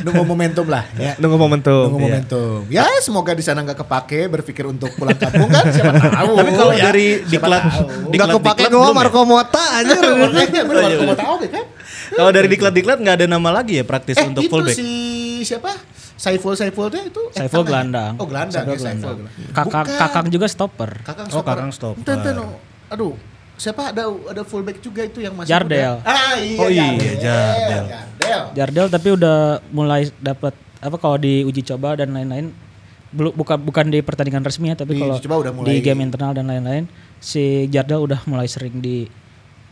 [SPEAKER 2] nunggu momentum lah ya.
[SPEAKER 4] Nunggu momentum.
[SPEAKER 3] Oh,
[SPEAKER 4] Iya.
[SPEAKER 2] Nunggu momentum. Ya, semoga di sana nggak kepake berpikir untuk pulang kampung kan siapa tahu.
[SPEAKER 3] Tapi kalau
[SPEAKER 2] ya.
[SPEAKER 3] dari
[SPEAKER 2] Siapa
[SPEAKER 3] diklat
[SPEAKER 2] tahu.
[SPEAKER 3] diklat-
[SPEAKER 4] Nggak kepake
[SPEAKER 3] diklat
[SPEAKER 4] gua
[SPEAKER 3] belum ya?
[SPEAKER 4] Marco Mota anjir.
[SPEAKER 3] Iya,
[SPEAKER 2] Makanya bener, aku mau tahu deh, kan.
[SPEAKER 3] Kalau dari diklat-diklat nggak ada nama lagi ya praktis
[SPEAKER 2] Eh,
[SPEAKER 3] untuk
[SPEAKER 2] itu
[SPEAKER 3] fullback.
[SPEAKER 2] si siapa? Saiful Saiful tuh itu eh,
[SPEAKER 5] Saiful
[SPEAKER 2] tangan.
[SPEAKER 5] gelandang.
[SPEAKER 2] Oh, gelandang.
[SPEAKER 5] Saiful
[SPEAKER 2] ya, Saiful.
[SPEAKER 5] gelandang.
[SPEAKER 2] gelandang.
[SPEAKER 5] Kakak
[SPEAKER 2] Bukan.
[SPEAKER 5] kakak juga stopper.
[SPEAKER 2] Kakang
[SPEAKER 3] Oh,
[SPEAKER 2] stopper.
[SPEAKER 3] Kakang stopper.
[SPEAKER 2] Enten, enten, oh. Aduh, siapa ada ada fullback juga itu yang masih
[SPEAKER 5] Jardel.
[SPEAKER 2] muda. Ah, iya,
[SPEAKER 3] Oh, iya, Jardel.
[SPEAKER 2] Jardel.
[SPEAKER 5] Jardel tapi udah mulai dapat apa kalau di uji coba dan lain-lain belum bukan bukan di pertandingan resmi ya tapi
[SPEAKER 2] Di
[SPEAKER 5] kalau
[SPEAKER 2] uji coba udah mulai.
[SPEAKER 5] di game internal dan lain-lain si Jardel udah mulai sering di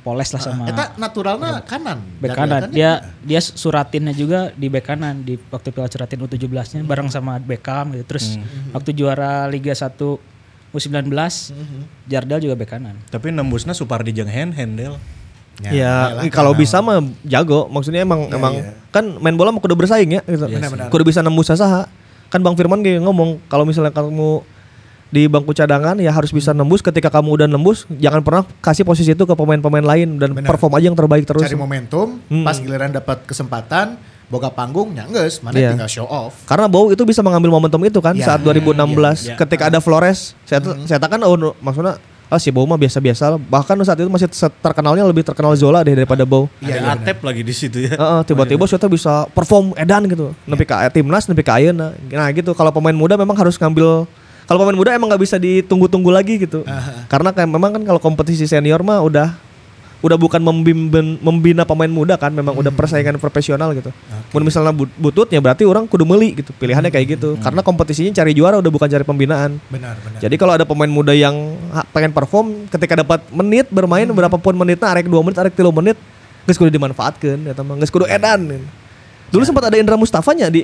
[SPEAKER 5] poles lah sama
[SPEAKER 2] Eta Eh, naturalnya kanan. kan
[SPEAKER 5] bek
[SPEAKER 2] Dari
[SPEAKER 5] kanan. iya.
[SPEAKER 2] atasnya
[SPEAKER 5] Dia dia suratinnya juga di bek kanan di waktu Piala Suratin U17-nya
[SPEAKER 2] Hmm.
[SPEAKER 5] bareng sama Beckham gitu. Terus waktu juara Liga 1 U19
[SPEAKER 2] Hmm.
[SPEAKER 5] Jardel juga bek kanan.
[SPEAKER 3] Tapi nembusnya Supardi jeung hand handel.
[SPEAKER 4] Ya,
[SPEAKER 2] Ya, iyalah,
[SPEAKER 4] kalau
[SPEAKER 2] karena-
[SPEAKER 4] bisa mah jago. Maksudnya emang
[SPEAKER 2] Ya,
[SPEAKER 4] emang kan main bola mah kudu bersaing ya gitu.
[SPEAKER 3] Iya
[SPEAKER 4] Kudu bisa nembus sasaha. Kan Bang Firman kayak ngomong kalau misalnya kamu di bangku cadangan ya harus bisa nembus ketika kamu udah nembus jangan pernah kasih posisi itu ke pemain-pemain lain dan
[SPEAKER 2] Benar.
[SPEAKER 4] perform aja yang terbaik terus.
[SPEAKER 2] cari momentum, pas giliran dapat kesempatan, boga panggung nyangges, mana
[SPEAKER 4] Iya.
[SPEAKER 2] tinggal show off.
[SPEAKER 4] Karena Bow itu bisa mengambil momentum itu kan
[SPEAKER 2] Ya, Hmm.
[SPEAKER 4] saat 2016
[SPEAKER 3] ya, ya.
[SPEAKER 4] ketika ada Flores. Saya saya kan oh, no, maksudnya ah, si Bow mah biasa-biasa lah. Bahkan saat itu masih se- terkenalnya lebih terkenal Zola deh daripada
[SPEAKER 2] Ah, iya,
[SPEAKER 4] Bow.
[SPEAKER 3] Ada Atep lagi di situ ya.
[SPEAKER 4] Heeh, tiba-tiba Shota bisa perform edan gitu. Nepi ke timnas, nepi ke ayeuna. Nah, gitu kalau pemain muda memang harus ngambil kalau pemain muda emang nggak bisa ditunggu-tunggu lagi gitu. Karena kayak memang kan kalau kompetisi senior mah udah udah bukan membimbing membina pemain muda kan memang udah persaingan profesional gitu. Mun misalnya but- bututnya berarti orang kudu meuli gitu. Pilihannya kayak gitu. Karena kompetisinya cari juara udah bukan cari pembinaan.
[SPEAKER 2] Benar, benar.
[SPEAKER 4] Jadi kalau ada pemain muda yang ha- pengen perform ketika dapat menit bermain
[SPEAKER 2] Hmm.
[SPEAKER 4] berapapun menitnya arek 2 menit arek 3 menit geus kudu dimanfaatkeun eta mah geus kudu edan. gitu. Dulu sempat ada Indra Mustafanya di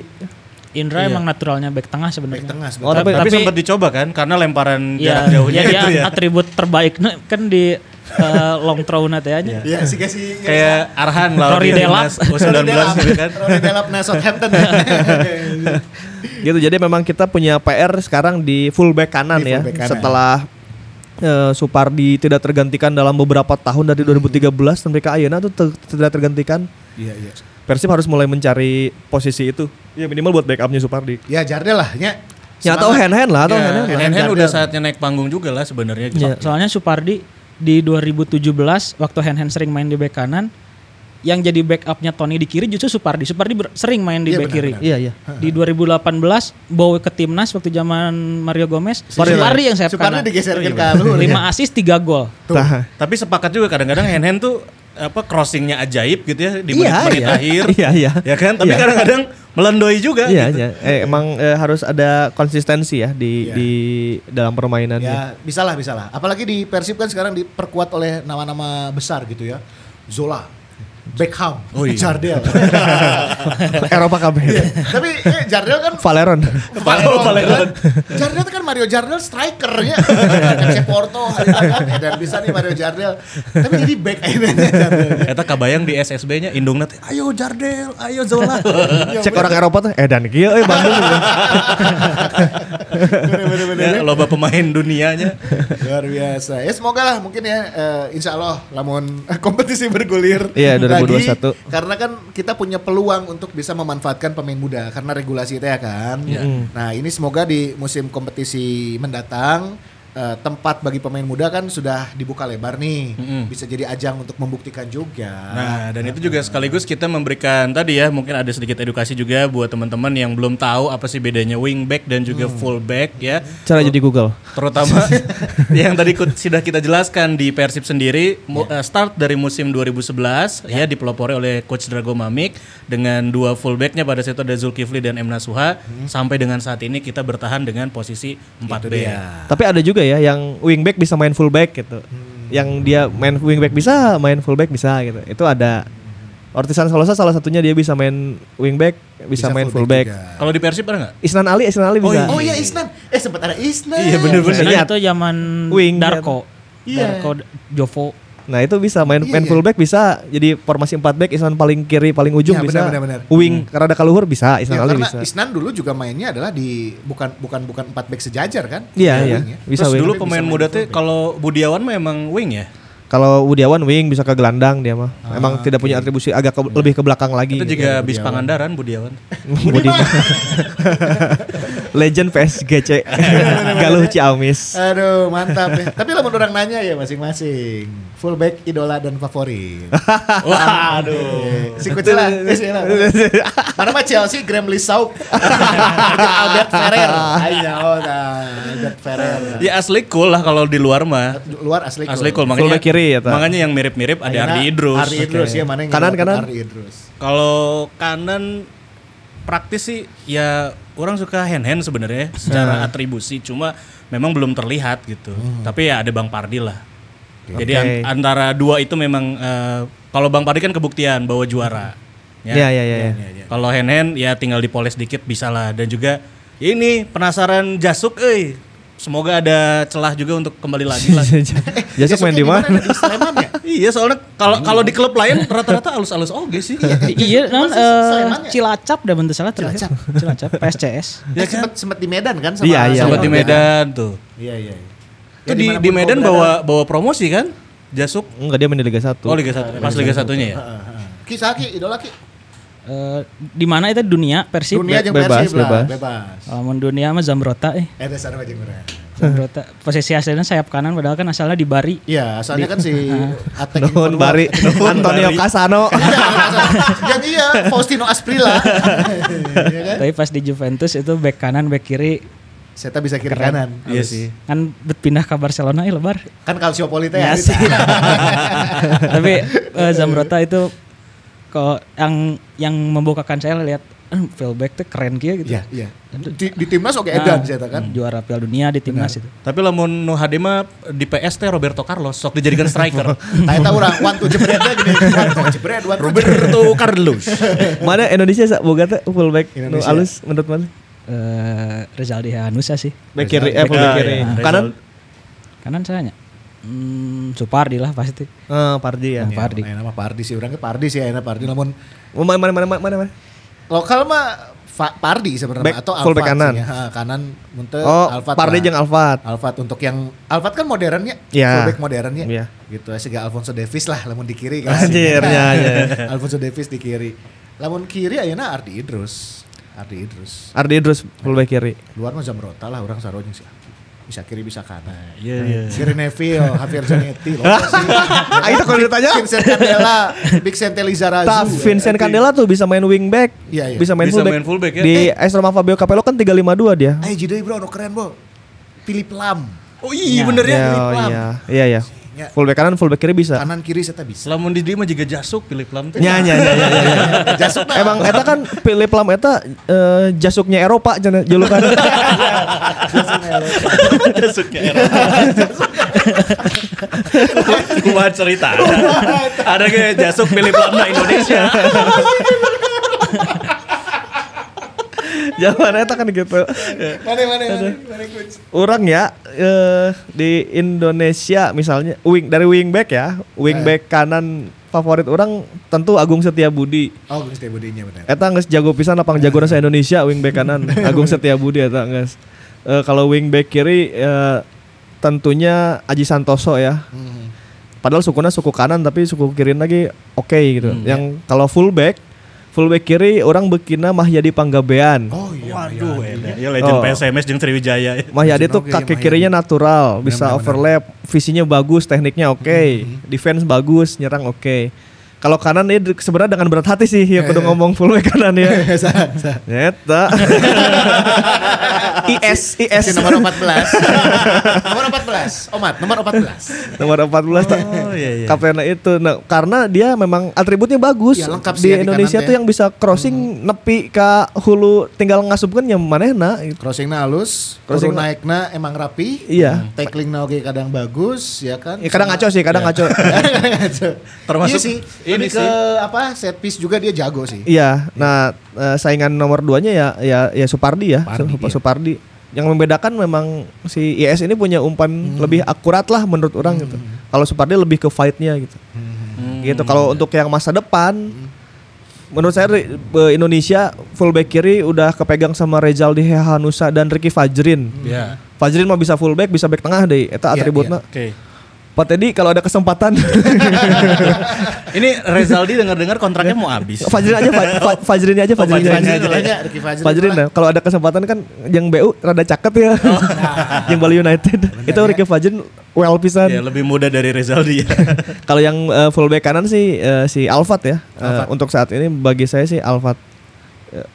[SPEAKER 5] Indra emang naturalnya bek tengah sebenarnya.
[SPEAKER 2] Baik Iya. tengah sebentar.
[SPEAKER 4] Oh,
[SPEAKER 3] tapi,
[SPEAKER 4] tapi,
[SPEAKER 3] tapi,
[SPEAKER 5] tapi-
[SPEAKER 3] sempat dicoba kan karena lemparan jarak
[SPEAKER 5] Iya,
[SPEAKER 3] jauhnya
[SPEAKER 5] ya, dia
[SPEAKER 2] gitu
[SPEAKER 3] itu ya.
[SPEAKER 5] atribut terbaiknya kan di eh, long throw na teh nya.
[SPEAKER 2] Iya, sih kasih
[SPEAKER 3] Kayak Arhan lah
[SPEAKER 5] Rory
[SPEAKER 3] di timnas
[SPEAKER 5] Delap.
[SPEAKER 3] U19 gitu kan.
[SPEAKER 2] Rory Delap nah Southampton.
[SPEAKER 4] gitu. Jadi memang kita punya PR sekarang di fullback kanan
[SPEAKER 2] Di
[SPEAKER 4] ya.
[SPEAKER 2] fullback kanan.
[SPEAKER 4] Setelah eh, Supardi tidak tergantikan dalam beberapa tahun dari
[SPEAKER 2] Hmm.
[SPEAKER 4] 2013 sampai ke ayeuna tuh te- tidak tergantikan.
[SPEAKER 2] Iya, iya.
[SPEAKER 4] Persib harus mulai mencari posisi itu. Ya minimal buat backupnya Supardi.
[SPEAKER 2] Ya Jardel lah nya.
[SPEAKER 4] Ya Iya. atau hand hand lah atau
[SPEAKER 2] Iya.
[SPEAKER 4] hand hand.
[SPEAKER 3] Ya, hand hand udah saatnya naik panggung juga lah sebenarnya. gitu.
[SPEAKER 5] So- Soalnya Supardi di 2017 waktu Henhen sering main di bek kanan, yang jadi backupnya Tony di kiri justru Supardi. Supardi ber- sering main di
[SPEAKER 2] Iya,
[SPEAKER 5] bek
[SPEAKER 2] benar,
[SPEAKER 5] kiri.
[SPEAKER 4] Iya iya.
[SPEAKER 5] Di 2018 bawa ke timnas waktu zaman Mario Gomez,
[SPEAKER 4] Supardi.
[SPEAKER 5] Supardi, yang sayap
[SPEAKER 2] Supardi iya.
[SPEAKER 5] kanan.
[SPEAKER 2] digeserkan ke luhur.
[SPEAKER 5] 5 asis 3 gol.
[SPEAKER 4] Tah.
[SPEAKER 3] Tapi sepakat juga kadang-kadang hand hand tuh apa crossingnya ajaib gitu ya di
[SPEAKER 4] Iya,
[SPEAKER 3] menit-menit
[SPEAKER 4] iya.
[SPEAKER 3] akhir.
[SPEAKER 4] Iya, iya.
[SPEAKER 3] Ya kan? Tapi
[SPEAKER 4] Iya.
[SPEAKER 3] kadang-kadang melandoi juga
[SPEAKER 4] Iya,
[SPEAKER 3] gitu.
[SPEAKER 4] iya. Eh, emang eh, harus ada konsistensi ya di
[SPEAKER 2] Iya.
[SPEAKER 4] di dalam permainannya.
[SPEAKER 2] Ya, bisa lah, bisa lah. Apalagi di Persib kan sekarang diperkuat oleh nama-nama besar gitu ya. Zola, Beckham,
[SPEAKER 3] Oh iya.
[SPEAKER 2] Jardel.
[SPEAKER 4] Eropa ya. kabeh.
[SPEAKER 2] Iya, Tapi eh, Jardel kan
[SPEAKER 4] Valeron.
[SPEAKER 2] Valeron, kan? Jardel tuh kan Mario Jardel strikernya Kan FC Porto eh, dan bisa nih Mario Jardel tapi jadi back akhirnya Jardel
[SPEAKER 3] Eta kabayang di SSB-nya Indung nanti, ayo Jardel, ayo Zola.
[SPEAKER 4] Cek orang Eropa tuh eh dan kieu euy Bandung.
[SPEAKER 3] ya, loba pemain dunianya.
[SPEAKER 2] luar biasa ya semoga lah mungkin ya eh, insya Allah lamun kompetisi bergulir
[SPEAKER 4] Iya, 2021.
[SPEAKER 2] lagi karena kan kita punya peluang untuk bisa memanfaatkan pemain muda karena regulasi itu ya kan nah ini semoga di musim kompetisi mendatang eh, tempat bagi pemain muda kan sudah dibuka lebar nih bisa jadi ajang untuk membuktikan juga
[SPEAKER 3] Nah, dan itu juga sekaligus kita memberikan tadi ya, mungkin ada sedikit edukasi juga buat teman-teman yang belum tahu apa sih bedanya wingback dan juga
[SPEAKER 4] Hmm.
[SPEAKER 3] fullback ya.
[SPEAKER 4] Cara jadi Google.
[SPEAKER 3] terutama yang tadi ku- sudah kita jelaskan di Persib sendiri mu- eh, start dari musim 2011 ya dipelopori oleh coach Drago Mamik dengan dua fullbacknya pada saat itu ada Zulkifli dan M Nasuha sampai dengan saat ini kita bertahan dengan posisi 4 B.
[SPEAKER 4] Tapi ada juga ya yang wingback bisa main fullback gitu.
[SPEAKER 2] Hmm.
[SPEAKER 4] Yang dia main wingback bisa, main fullback bisa gitu. Itu ada Ortisan Solosa salah satunya dia bisa main wingback, bisa, main fullback.
[SPEAKER 2] juga.
[SPEAKER 3] Kalau di Persib ada nggak?
[SPEAKER 4] Isnan Ali, Isnan Ali bisa.
[SPEAKER 2] Oh iya Isnan, eh sempat ada Isnan.
[SPEAKER 3] Iya bener-bener.
[SPEAKER 5] Karena
[SPEAKER 4] Lihat.
[SPEAKER 5] itu zaman
[SPEAKER 4] Wing,
[SPEAKER 5] Darko.
[SPEAKER 2] Iya.
[SPEAKER 5] Darko Jovo.
[SPEAKER 4] Nah itu bisa main
[SPEAKER 2] Iya,
[SPEAKER 4] main
[SPEAKER 2] iya.
[SPEAKER 4] fullback bisa jadi formasi 4 back Isnan paling kiri paling ujung
[SPEAKER 2] Iya,
[SPEAKER 4] bisa
[SPEAKER 2] benar, benar, benar.
[SPEAKER 4] wing karena ada kaluhur bisa
[SPEAKER 2] Ya,
[SPEAKER 4] Isnan Ali
[SPEAKER 2] karena
[SPEAKER 4] bisa
[SPEAKER 2] Isnan dulu juga mainnya adalah di bukan bukan bukan empat back sejajar kan?
[SPEAKER 4] iya
[SPEAKER 2] Di
[SPEAKER 4] iya
[SPEAKER 2] wing ya.
[SPEAKER 4] bisa
[SPEAKER 3] Terus
[SPEAKER 4] wing
[SPEAKER 3] dulu
[SPEAKER 2] Bisa main
[SPEAKER 3] pemain muda tuh kalau Budiawan memang wing ya.
[SPEAKER 4] kalau Budiawan wing bisa ke gelandang dia mah
[SPEAKER 2] Ah,
[SPEAKER 4] emang tidak
[SPEAKER 2] iya.
[SPEAKER 4] punya atribusi agak ke- lebih ke belakang lagi
[SPEAKER 3] Itu
[SPEAKER 4] gitu.
[SPEAKER 3] juga bis Pangandaran Budiawan.
[SPEAKER 4] Budi Legend PS GC
[SPEAKER 2] Iya,
[SPEAKER 4] Galuh Ciamis
[SPEAKER 2] Aduh mantap ya. Tapi lah orang nanya ya masing-masing. Fullback idola dan favorit.
[SPEAKER 3] Waduh.
[SPEAKER 2] Si Kucil lah. eh, si lah. Mana mah Chelsea Graham Lisau. Albert Ferrer. Ayo Albert Ferrer.
[SPEAKER 3] Ya asli cool lah kalau di luar
[SPEAKER 4] Iya.
[SPEAKER 3] mah.
[SPEAKER 2] Luar asli
[SPEAKER 3] Asli cool makanya.
[SPEAKER 4] Fullback kiri ya, Ta?
[SPEAKER 3] Makanya yang mirip-mirip ada
[SPEAKER 2] Ayeuna
[SPEAKER 3] Ardi Idrus.
[SPEAKER 2] Ardi Idrus ya mana yang
[SPEAKER 4] Kanan,
[SPEAKER 2] ngelawan
[SPEAKER 4] kanan.
[SPEAKER 2] Ardi Idrus.
[SPEAKER 3] Kalau kanan praktis sih ya orang suka hand hand sebenarnya
[SPEAKER 4] Hmm.
[SPEAKER 3] secara atribusi cuma memang belum terlihat gitu. Tapi ya ada Bang Pardi lah. Jadi an- antara dua itu memang eh, kalau Bang Padi kan kebuktian bahwa juara. Ya.
[SPEAKER 2] Ya.
[SPEAKER 4] Iya, iya, iya, iya.
[SPEAKER 3] Kalau hand hand ya tinggal dipoles dikit bisa lah dan juga ini penasaran Jasuk euy. Semoga ada celah juga untuk kembali lagi lah.
[SPEAKER 2] Eh,
[SPEAKER 4] Jasuk main di mana?
[SPEAKER 2] Di Sleman ya?
[SPEAKER 3] iya, soalnya kalau kalau di klub lain rata-rata alus-alus oge sih.
[SPEAKER 5] I- iya, non,
[SPEAKER 2] Masih
[SPEAKER 5] eh,
[SPEAKER 2] Sleman ya?
[SPEAKER 5] Cilacap dah bentuk salah terakhir.
[SPEAKER 2] Cilacap.
[SPEAKER 5] Cilacap, PSCS.
[SPEAKER 2] Eh, sempet, sempet di Medan kan
[SPEAKER 4] Iya, iya.
[SPEAKER 3] Sempat di
[SPEAKER 2] Sleman.
[SPEAKER 3] Medan tuh.
[SPEAKER 2] Iya, iya. iya.
[SPEAKER 3] Itu di, di Medan bawa bawa promosi kan? Jasuk.
[SPEAKER 4] Enggak dia main di Liga 1.
[SPEAKER 3] Oh Liga 1. Pas Liga satunya ya.
[SPEAKER 2] Kisah Ki, idola Ki.
[SPEAKER 5] Eh, di mana itu dunia Persib?
[SPEAKER 2] Dunia
[SPEAKER 4] be-
[SPEAKER 2] yang
[SPEAKER 4] bebas,
[SPEAKER 2] Persib lah,
[SPEAKER 4] bebas.
[SPEAKER 2] bebas.
[SPEAKER 5] Lamun dunia mah Zambrota eh.
[SPEAKER 2] Eh, dasar aja merah.
[SPEAKER 5] Zambrota. Posisi aslinya sayap kanan padahal kan asalnya di Bari.
[SPEAKER 2] Iya, asalnya kan si Atek
[SPEAKER 4] Nuhun Bari, Antonio Casano.
[SPEAKER 2] Yang iya, Faustino Asprilla. Iya kan?
[SPEAKER 5] Tapi pas di Juventus itu back kanan, back kiri
[SPEAKER 2] Seta bisa kiri kanan.
[SPEAKER 3] Iya sih.
[SPEAKER 5] kan bet pindah ke Barcelona eh lebar.
[SPEAKER 2] Kan Calciopolite ya.
[SPEAKER 5] Ya sih. Tapi eh, Zamrota itu kok yang yang membukakan saya lihat eh, fullback tuh keren kia gitu. Hmm,
[SPEAKER 2] Iya, iya. Di, di timnas oke edan Seta kan.
[SPEAKER 5] Juara Piala Dunia di timnas itu.
[SPEAKER 3] Tapi lamun nu hade mah di PS teh Roberto Carlos sok dijadikan striker.
[SPEAKER 2] Tahu tahu orang one two jebretnya gini. One two jebret, one two jebret.
[SPEAKER 3] Roberto Carlos.
[SPEAKER 4] mana Indonesia sa- boga teh fullback nu
[SPEAKER 2] Indonesia.
[SPEAKER 4] alus menurut mana?
[SPEAKER 5] Eh, Rezaldi Hanusa sih.
[SPEAKER 4] Back kiri, eh fullback kiri.
[SPEAKER 3] Ah, iya.
[SPEAKER 4] Kanan
[SPEAKER 5] Kanan saya nya. Hmm, Supardi lah pasti.
[SPEAKER 4] eh Pardi
[SPEAKER 2] Nah,
[SPEAKER 4] ya.
[SPEAKER 5] Pardi.
[SPEAKER 2] Ayeuna mah Iya, Pardi sih, orangnya Pardi sih ayeuna Pardi. Namun
[SPEAKER 4] Mana mana mana mana mana?
[SPEAKER 2] lokal mah Fa- Pardi
[SPEAKER 4] Back,
[SPEAKER 2] sebenarnya atau
[SPEAKER 4] full back
[SPEAKER 2] Alphard
[SPEAKER 4] kanan.
[SPEAKER 2] sih ya. Ha, kanan muntah
[SPEAKER 4] Oh, Pardi jeung Alfat.
[SPEAKER 2] Alphard untuk yang Alphard kan modernnya,
[SPEAKER 4] Iya.
[SPEAKER 2] fullback modernnya,
[SPEAKER 4] Iya.
[SPEAKER 2] gitu. Sehingga Alfonso Davis lah, lamun di kiri kan.
[SPEAKER 4] Anjir, ya, ya.
[SPEAKER 2] Alfonso Davis di kiri. Lamun kiri ayeuna Ardi Idrus. Ardi Idrus.
[SPEAKER 4] Ardi Idrus fullback kiri.
[SPEAKER 2] Luar mah Zamrota lah orang saronya sih. Bisa kiri bisa kanan.
[SPEAKER 3] Iya iya.
[SPEAKER 2] Kiri Neville, Javier Zanetti. loh sih.
[SPEAKER 4] Ah itu kalau ditanya
[SPEAKER 2] Vincent Candela, Vincent Lizarazu.
[SPEAKER 4] Tah, Vincent Candela tuh bisa main wingback,
[SPEAKER 2] eh, Iya, iya.
[SPEAKER 4] bisa main
[SPEAKER 3] Bisa
[SPEAKER 4] fullback.
[SPEAKER 3] main fullback ya.
[SPEAKER 4] Di Astro Fabio Capello kan 352 dia.
[SPEAKER 2] Ayo jidai Eh, bro, no keren bro. Pilih pelam.
[SPEAKER 3] Oh iya bener ya
[SPEAKER 4] Iya,
[SPEAKER 3] Philip Lam.
[SPEAKER 4] iya, iya, iya.
[SPEAKER 2] Ya. Kan.
[SPEAKER 4] Fullback kanan, fullback kiri bisa.
[SPEAKER 2] Kanan kiri saya tak bisa.
[SPEAKER 3] Lamun di dieu mah juga jasuk Philip Lam teh.
[SPEAKER 4] Ya, ya, ya, ya, ya, ya.
[SPEAKER 2] Jasuk dah.
[SPEAKER 4] Emang eta kan Philip Lam eta eh, jasuknya Eropa cenah julukan.
[SPEAKER 3] Jasuknya ya, era. Kumaha cerita. Ada ge jasuk Philip Lam na Indonesia.
[SPEAKER 4] Zaman eta kan gitu.
[SPEAKER 2] Mana mana mana mana coach.
[SPEAKER 4] Orang ya eh, di Indonesia misalnya wing dari wingback ya, wingback kanan favorit orang tentu Agung Setiabudi.
[SPEAKER 2] Oh, Gus Budinya benar.
[SPEAKER 4] Eta geus jago pisan lapang jagoan sa Indonesia wingback kanan Agung Setiabudi eta geus. Eh, kalau wingback kiri eh, tentunya Aji Santoso ya. Padahal sukunya suku kanan tapi suku kiri lagi oke gitu. Yang kalau fullback fullback kiri orang bekina Mahyadi Panggabean.
[SPEAKER 2] Oh iya.
[SPEAKER 3] Waduh, edan. ya legend
[SPEAKER 4] Oh.
[SPEAKER 3] PSMS jeung Sriwijaya.
[SPEAKER 4] Mahyadi
[SPEAKER 2] Legend
[SPEAKER 4] ya tuh
[SPEAKER 2] oke,
[SPEAKER 4] kaki
[SPEAKER 2] Mahyadi.
[SPEAKER 4] kirinya natural, bisa
[SPEAKER 2] Benar-benar. Hmm,
[SPEAKER 4] overlap, visinya bagus, tekniknya oke, defense bagus, nyerang oke. Kalau kanan ini sebenarnya dengan berat hati sih
[SPEAKER 2] Eh,
[SPEAKER 4] ya kudu ngomong fullback kanan ya.
[SPEAKER 2] Sah, sah.
[SPEAKER 4] Eta. IS IS
[SPEAKER 2] Si nomor 14. nomor 14. Omat, nomor 14.
[SPEAKER 4] nomor 14 tak.
[SPEAKER 2] Oh,
[SPEAKER 3] iya, iya.
[SPEAKER 4] Kaptennya itu nah, karena dia memang atributnya bagus.
[SPEAKER 2] Iya, lengkap
[SPEAKER 4] di
[SPEAKER 2] sih ya Hmm. di
[SPEAKER 4] Indonesia
[SPEAKER 2] kanan
[SPEAKER 4] tuh
[SPEAKER 2] teh.
[SPEAKER 4] yang bisa crossing nepi ke hulu tinggal ngasupkeun nya manehna
[SPEAKER 2] Iya.
[SPEAKER 4] gitu.
[SPEAKER 2] Crossingnya halus,
[SPEAKER 4] Crossing-
[SPEAKER 2] crossing naiknya emang rapi.
[SPEAKER 4] Iya.
[SPEAKER 2] Tacklingnya oke kadang bagus, ya kan?
[SPEAKER 4] Ya, kadang ngaco sih, kadang
[SPEAKER 2] Iya.
[SPEAKER 4] ngaco.
[SPEAKER 3] Termasuk
[SPEAKER 2] Termasuk Iya sih,
[SPEAKER 3] ini
[SPEAKER 2] ini ke
[SPEAKER 3] sih.
[SPEAKER 2] apa set piece juga dia jago sih.
[SPEAKER 4] Iya. Nah, eh, saingan nomor duanya ya ya ya Supardi ya,
[SPEAKER 2] Supardi,
[SPEAKER 4] Sup-
[SPEAKER 2] iya.
[SPEAKER 4] Supardi. Yang membedakan memang si IS ini punya umpan
[SPEAKER 2] Hmm.
[SPEAKER 4] lebih akurat lah menurut orang gitu. Kalau Supardi lebih ke fight-nya gitu.
[SPEAKER 2] Hmm.
[SPEAKER 4] Gitu. Kalau untuk yang masa depan menurut saya Ri- eh, Indonesia fullback kiri udah kepegang sama Rezaldi Hanusa dan Ricky Fajrin.
[SPEAKER 3] Ya.
[SPEAKER 4] Fajrin mah bisa fullback, bisa back tengah deh. Eta
[SPEAKER 2] Iya,
[SPEAKER 4] atributna.
[SPEAKER 3] Oke.
[SPEAKER 4] Pak Teddy kalau ada kesempatan
[SPEAKER 3] Ini Rezaldi dengar-dengar kontraknya mau habis.
[SPEAKER 4] Fajrin aja, Fa- Fa- Fajrin aja, Fajrin
[SPEAKER 3] Fajrin
[SPEAKER 4] aja.
[SPEAKER 3] aja.
[SPEAKER 2] Fajrin, Ricky Fajrin.
[SPEAKER 4] Fajrin nah, kalau ada kesempatan kan yang BU rada cakep ya. yang Bali United. itu Ricky Fajrin well pisan.
[SPEAKER 3] Ya lebih muda dari Rezaldi ya.
[SPEAKER 4] Kalau yang eh, fullback kanan sih eh, si Alfat ya. Eh, untuk saat ini bagi saya sih Alfat eh,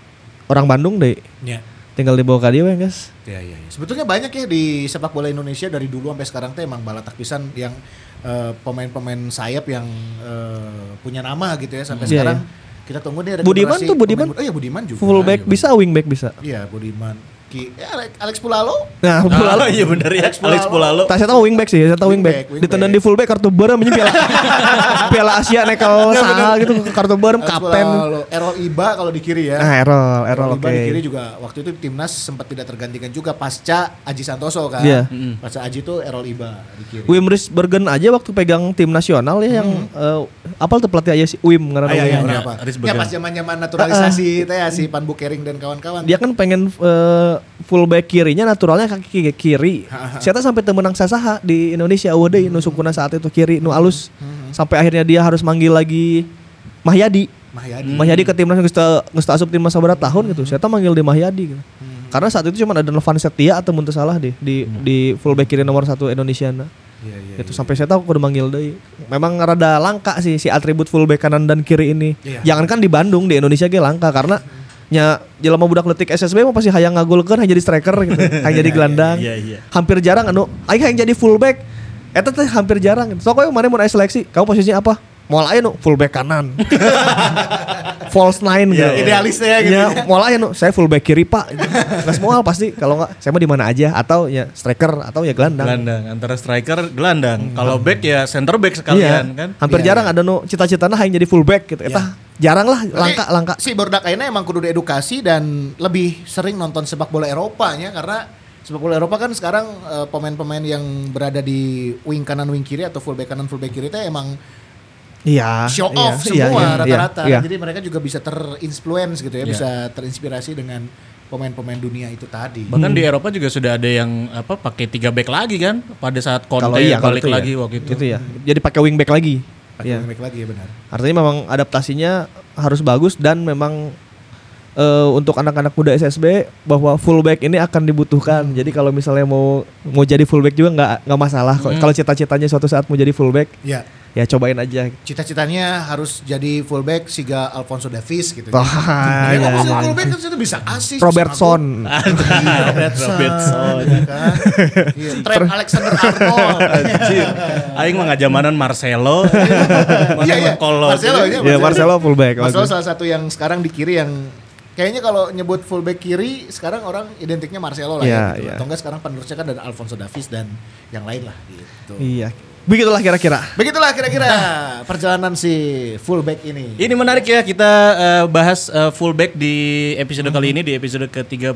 [SPEAKER 4] orang Bandung deh.
[SPEAKER 2] Iya.
[SPEAKER 4] Tinggal di bawah dia guys.
[SPEAKER 2] Ya, ya, ya. Sebetulnya banyak ya di sepak bola Indonesia dari dulu sampai sekarang tuh emang bala takbisan yang eh, pemain-pemain sayap yang eh, punya nama gitu ya sampai
[SPEAKER 4] Iya,
[SPEAKER 2] sekarang.
[SPEAKER 4] iya.
[SPEAKER 2] Kita tunggu nih
[SPEAKER 4] Budiman
[SPEAKER 2] generasi
[SPEAKER 4] tuh, Budiman.
[SPEAKER 2] pemain muda. Oh iya Budiman juga.
[SPEAKER 4] Fullback bisa, wingback bisa.
[SPEAKER 2] Iya, Budiman. Ki, ya, Alex- Alex Pulalo.
[SPEAKER 4] Nah,
[SPEAKER 3] Oh iya bener ya,
[SPEAKER 2] Alex
[SPEAKER 3] Alex
[SPEAKER 2] Pulalo.
[SPEAKER 3] Pulalo.
[SPEAKER 4] Tak saya tahu wingback sih, saya tahu
[SPEAKER 2] Wingback,
[SPEAKER 4] wingback.
[SPEAKER 2] wingback.
[SPEAKER 4] Ditendang di fullback kartu berem ini piala piala Asia nekel sahal gitu kartu berem
[SPEAKER 2] Alex
[SPEAKER 4] kapten.
[SPEAKER 2] Pulalo. Errol Iba kalau di kiri ya.
[SPEAKER 4] Nah, Errol, Errol oke.
[SPEAKER 2] Iba di kiri juga waktu itu timnas sempat tidak tergantikan juga pasca Aji Santoso kan.
[SPEAKER 4] Iya.
[SPEAKER 2] Pasca Aji tuh Errol Iba di kiri.
[SPEAKER 4] Wim Risbergen aja waktu pegang tim nasional ya yang eh, apa tuh pelatih aja si Wim karena
[SPEAKER 2] Ah, iya, iya,
[SPEAKER 3] Iya,
[SPEAKER 2] berapa?
[SPEAKER 3] Aris
[SPEAKER 2] Ya
[SPEAKER 3] Begal.
[SPEAKER 2] pas zaman-zaman naturalisasi teh ya, si Pan Bukering dan kawan-kawan.
[SPEAKER 4] Eh. dia kan pengen eh, fullback kirinya naturalnya kaki kiri. Siapa sampai temenang sasaha di Indonesia Awade
[SPEAKER 2] Hmm.
[SPEAKER 4] nu sukuna saat itu kiri nu alus. Sampai akhirnya dia harus manggil lagi Mahyadi.
[SPEAKER 2] Mahyadi.
[SPEAKER 4] Mahyadi ke timnas geus teu- geus teu asup timnas sabaraha tahun gitu. Saya manggil di Mahyadi gitu.
[SPEAKER 2] Hmm.
[SPEAKER 4] Karena saat itu cuma ada Novan Setia atau Muntu Salah deh di di fullback kiri nomor satu Indonesia. Nah.
[SPEAKER 3] Iya,
[SPEAKER 4] itu sampai saya tahu kudu manggil deui. Memang rada langka sih si atribut fullback kanan dan kiri ini.
[SPEAKER 2] Iya.
[SPEAKER 4] Jangankan di Bandung di Indonesia ge langka karena nya jelema budak letik SSB mah pasti hayang ngagulkeun hayang jadi striker gitu, hayang jadi gelandang.
[SPEAKER 3] iya, iya.
[SPEAKER 4] Hampir jarang anu aing hayang jadi fullback. Eta teh hampir jarang. So kowe kemarin mau aya seleksi, kamu posisinya apa? Moal aya nu fullback kanan. False nine gitu.
[SPEAKER 3] Iya,
[SPEAKER 2] idealisnya gitu
[SPEAKER 4] Ya,
[SPEAKER 2] ya.
[SPEAKER 4] moal aya nu saya fullback kiri, Pak. Gitu. Geus moal pasti kalau enggak saya mah di mana aja atau ya striker atau ya gelandang.
[SPEAKER 3] Gelandang antara striker gelandang. Kalau back ya center back
[SPEAKER 4] Iya,
[SPEAKER 3] sekalian kan. Iya.
[SPEAKER 4] Hampir
[SPEAKER 2] Iya,
[SPEAKER 4] jarang ada nu cita-citana hayang jadi fullback gitu. Eta jarang lah langka
[SPEAKER 2] Tapi
[SPEAKER 4] langka.
[SPEAKER 2] Si Bordak Aina emang kudu diedukasi dan lebih sering nonton sepak bola Eropanya karena sepak bola Eropa kan sekarang eh, pemain-pemain yang berada di wing kanan wing kiri atau fullback kanan fullback kiri itu emang
[SPEAKER 4] Iya.
[SPEAKER 2] show
[SPEAKER 4] iya,
[SPEAKER 2] off
[SPEAKER 4] iya, iya,
[SPEAKER 2] semua
[SPEAKER 4] iya,
[SPEAKER 2] rata-rata.
[SPEAKER 4] iya.
[SPEAKER 2] Jadi mereka juga bisa terinfluence gitu ya,
[SPEAKER 3] Iya.
[SPEAKER 2] bisa terinspirasi dengan pemain-pemain dunia itu tadi.
[SPEAKER 4] Iya.
[SPEAKER 3] Bahkan di Eropa juga sudah ada yang apa pakai tiga back lagi kan pada saat Conte
[SPEAKER 4] Kalau iya kalau itu
[SPEAKER 3] balik
[SPEAKER 4] ya.
[SPEAKER 3] lagi waktu itu.
[SPEAKER 4] Itu ya. Jadi pakai wingback lagi.
[SPEAKER 2] Pakai
[SPEAKER 4] Iya.
[SPEAKER 2] wingback lagi ya benar.
[SPEAKER 4] Artinya memang adaptasinya harus bagus dan memang eh, untuk anak-anak muda SSB bahwa fullback ini akan
[SPEAKER 3] Hmm.
[SPEAKER 4] dibutuhkan. Jadi kalau misalnya mau mau jadi fullback juga nggak nggak masalah. kok.
[SPEAKER 3] Hmm.
[SPEAKER 4] Kalau cita-citanya suatu saat mau jadi fullback,
[SPEAKER 2] Ya,
[SPEAKER 4] ya cobain aja.
[SPEAKER 2] cita-citanya harus jadi fullback siga Alfonso Davies gitu.
[SPEAKER 4] Wah,
[SPEAKER 2] ya,
[SPEAKER 4] ya.
[SPEAKER 2] kalau bisa fullback kan itu bisa asis.
[SPEAKER 4] Robertson.
[SPEAKER 2] Robertson. Robertson. ya kan? Iya, Trent Alexander Arnold.
[SPEAKER 3] Anjir. Aing mah ngajamanan Marcelo.
[SPEAKER 2] Iya,
[SPEAKER 3] Mana
[SPEAKER 2] iya.
[SPEAKER 3] kolot.
[SPEAKER 2] Marcelo ya.
[SPEAKER 4] Ya Marcelo fullback.
[SPEAKER 2] Marcelo
[SPEAKER 4] bagus.
[SPEAKER 2] salah satu yang sekarang di kiri yang kayaknya kalau nyebut fullback kiri sekarang orang identiknya Marcelo lah
[SPEAKER 4] Iya,
[SPEAKER 2] ya. Gitu.
[SPEAKER 4] iya.
[SPEAKER 2] Atau enggak sekarang penerusnya kan ada Alfonso Davies dan yang lain lah gitu.
[SPEAKER 4] Iya. Begitulah kira-kira.
[SPEAKER 2] Begitulah kira-kira perjalanan si fullback ini.
[SPEAKER 3] Ini menarik ya kita eh, bahas eh, fullback di episode kali ini di episode ke-36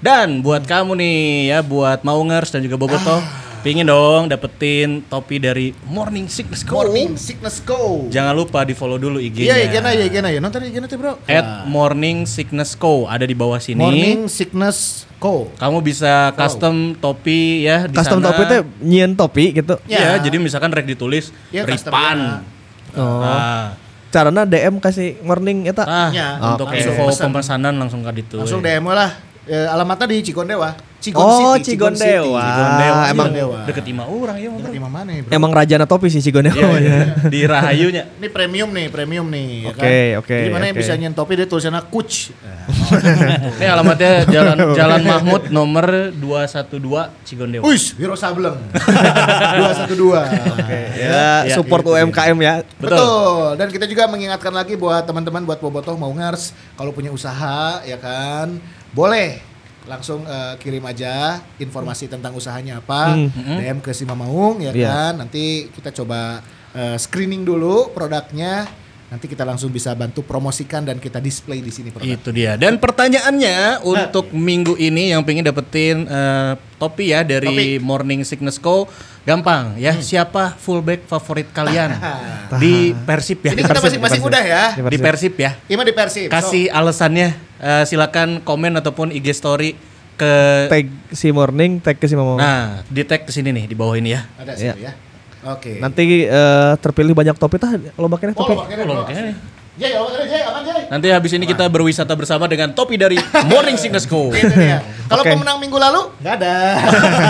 [SPEAKER 3] dan buat kamu nih ya buat Maungers dan juga Boboto pingin dong dapetin topi dari Morning Sickness Go.
[SPEAKER 2] Morning Sickness Go.
[SPEAKER 3] Jangan lupa di follow dulu
[SPEAKER 2] Iya,
[SPEAKER 3] IG-nya.
[SPEAKER 2] iya, gena, iya, gena, iya. Nonton iya, gena tuh, bro.
[SPEAKER 3] At Morning Sickness Co ada di bawah sini.
[SPEAKER 2] Morning Sickness Co.
[SPEAKER 3] Kamu bisa custom topi ya di
[SPEAKER 4] Custom
[SPEAKER 3] sana.
[SPEAKER 4] topi teh nyieun topi gitu.
[SPEAKER 2] Ya.
[SPEAKER 3] Iya, jadi misalkan rek ditulis
[SPEAKER 2] Iya, custom ya.
[SPEAKER 3] Ripan.
[SPEAKER 4] Oh.
[SPEAKER 3] Ah,
[SPEAKER 4] Caranya DM kasih morning eta.
[SPEAKER 3] ah,
[SPEAKER 2] Ya,
[SPEAKER 3] untuk
[SPEAKER 2] langsung
[SPEAKER 3] info
[SPEAKER 2] pesan.
[SPEAKER 3] pemesanan langsung ke ditu.
[SPEAKER 2] Langsung DM lah. Eh, alamatnya di Cigondewa. Cigon
[SPEAKER 4] Oh,
[SPEAKER 2] City, Cigon City. iya.
[SPEAKER 4] Cigondewa.
[SPEAKER 3] Dewa.
[SPEAKER 4] Ah, Emang
[SPEAKER 2] Dewa.
[SPEAKER 3] deket lima orang ya, Bro.
[SPEAKER 2] Dari mana ya, bro?
[SPEAKER 4] emang rajana topi sih Cigondewa.
[SPEAKER 3] Iya, iya, di Rahayunya.
[SPEAKER 2] Ini premium nih, premium nih. ya
[SPEAKER 4] Oke,
[SPEAKER 2] kan?
[SPEAKER 4] oke,
[SPEAKER 2] Jadi mana yang
[SPEAKER 4] oke.
[SPEAKER 2] bisa nyentopi dia tulisannya Kuch. Nah,
[SPEAKER 3] Ini alamatnya Jalan Jalan Mahmud nomor 212 Cigondewa.
[SPEAKER 2] Uish, Wiro Sableng. 212. Oke.
[SPEAKER 4] Ya,
[SPEAKER 3] Iya,
[SPEAKER 4] support UMKM ya.
[SPEAKER 2] Betul. Dan kita juga mengingatkan lagi buat teman-teman buat bobotoh mau ngers kalau punya usaha ya kan boleh langsung eh, kirim aja informasi tentang usahanya apa DM ke si Mamaung ya
[SPEAKER 4] Iya.
[SPEAKER 2] kan nanti kita coba eh, screening dulu produknya nanti kita langsung bisa bantu promosikan dan kita display di sini produk.
[SPEAKER 3] Itu dia. Dan pertanyaannya untuk
[SPEAKER 2] Nah.
[SPEAKER 3] minggu ini yang pengen dapetin eh, topi ya dari Morning Sickness Co. Gampang ya.
[SPEAKER 2] Hmm.
[SPEAKER 3] Siapa fullback favorit kalian di Persib ya?
[SPEAKER 2] Ini kita
[SPEAKER 3] Persib,
[SPEAKER 2] masing-masing udah ya.
[SPEAKER 4] Persib.
[SPEAKER 3] Di Persib ya.
[SPEAKER 2] Ima di Persib. So,
[SPEAKER 3] Kasih alasannya. Eh, silakan komen ataupun IG story ke
[SPEAKER 4] Tag si morning, tag ke si Mama.
[SPEAKER 3] Nah, di tag ke sini nih di bawah ini ya.
[SPEAKER 2] ada sih ya. Oke.
[SPEAKER 4] Nanti eh, terpilih banyak topi tah lo bakanya
[SPEAKER 2] Oh,
[SPEAKER 4] topi.
[SPEAKER 2] lo pakai deh,
[SPEAKER 3] Oh, lo
[SPEAKER 2] lo.
[SPEAKER 3] pakai deh.
[SPEAKER 2] Jay, lo pakai deh, Jay, aman, Jay.
[SPEAKER 3] Nanti habis ini kita berwisata bersama dengan topi dari Morning Sickness Co.
[SPEAKER 2] Gitu dia. Kalau
[SPEAKER 4] Oke.
[SPEAKER 2] pemenang minggu lalu nggak ada.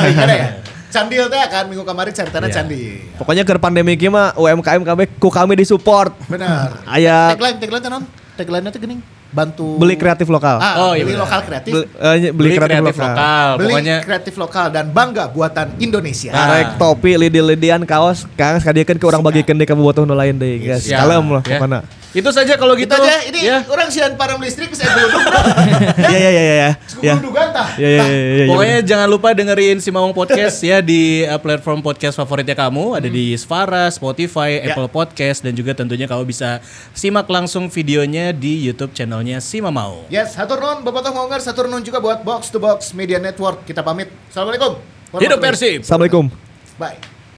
[SPEAKER 2] Nggak ada ya. Candil teh kan minggu kemarin ceritanya
[SPEAKER 3] Iya.
[SPEAKER 2] candil.
[SPEAKER 4] Pokoknya ke pandemi ieu mah UMKM KB ku kami disupport.
[SPEAKER 2] Benar.
[SPEAKER 4] Aya
[SPEAKER 2] Tagline, tagline tenon. Tagline itu gening. Bantu.
[SPEAKER 4] beli kreatif lokal.
[SPEAKER 2] Ah,
[SPEAKER 3] Oh, iya
[SPEAKER 2] beli
[SPEAKER 3] benar.
[SPEAKER 2] lokal kreatif.
[SPEAKER 4] Beli, ah, eh, beli kreatif, lokal.
[SPEAKER 2] Beli
[SPEAKER 3] Pokoknya
[SPEAKER 2] kreatif lokal dan bangga buatan Indonesia.
[SPEAKER 3] Ah. Iya.
[SPEAKER 4] Arek topi lidi-lidian kaos Kang sakadiekeun ke urang bagikeun deui ka bobotoh nu lain deui. Guys,
[SPEAKER 3] Ya,
[SPEAKER 4] kalem lah
[SPEAKER 3] ya.
[SPEAKER 4] pokona.
[SPEAKER 3] Itu saja kalau gitu.
[SPEAKER 2] Kita aja ini
[SPEAKER 3] Ya.
[SPEAKER 2] orang sian param listrik saya duduk.
[SPEAKER 4] Iya iya iya iya.
[SPEAKER 2] Ya. gantah.
[SPEAKER 4] Iya iya iya, iya. iya.
[SPEAKER 3] Pokoknya jangan lupa dengerin si Mamang Podcast ya di uh, platform podcast favoritnya kamu. Ada
[SPEAKER 2] Hmm.
[SPEAKER 3] di Svara, Spotify,
[SPEAKER 2] Ya.
[SPEAKER 3] Apple Podcast dan juga tentunya kamu bisa simak langsung videonya di YouTube channelnya si Mamau.
[SPEAKER 2] Yes, hatur nuhun Bapak Toh Maunggar, hatur nuhun juga buat Box to Box Media Network. Kita pamit. Assalamualaikum.
[SPEAKER 3] Hidup
[SPEAKER 2] Warahmatullahi-
[SPEAKER 3] Persib.
[SPEAKER 4] Assalamualaikum.
[SPEAKER 2] Bye.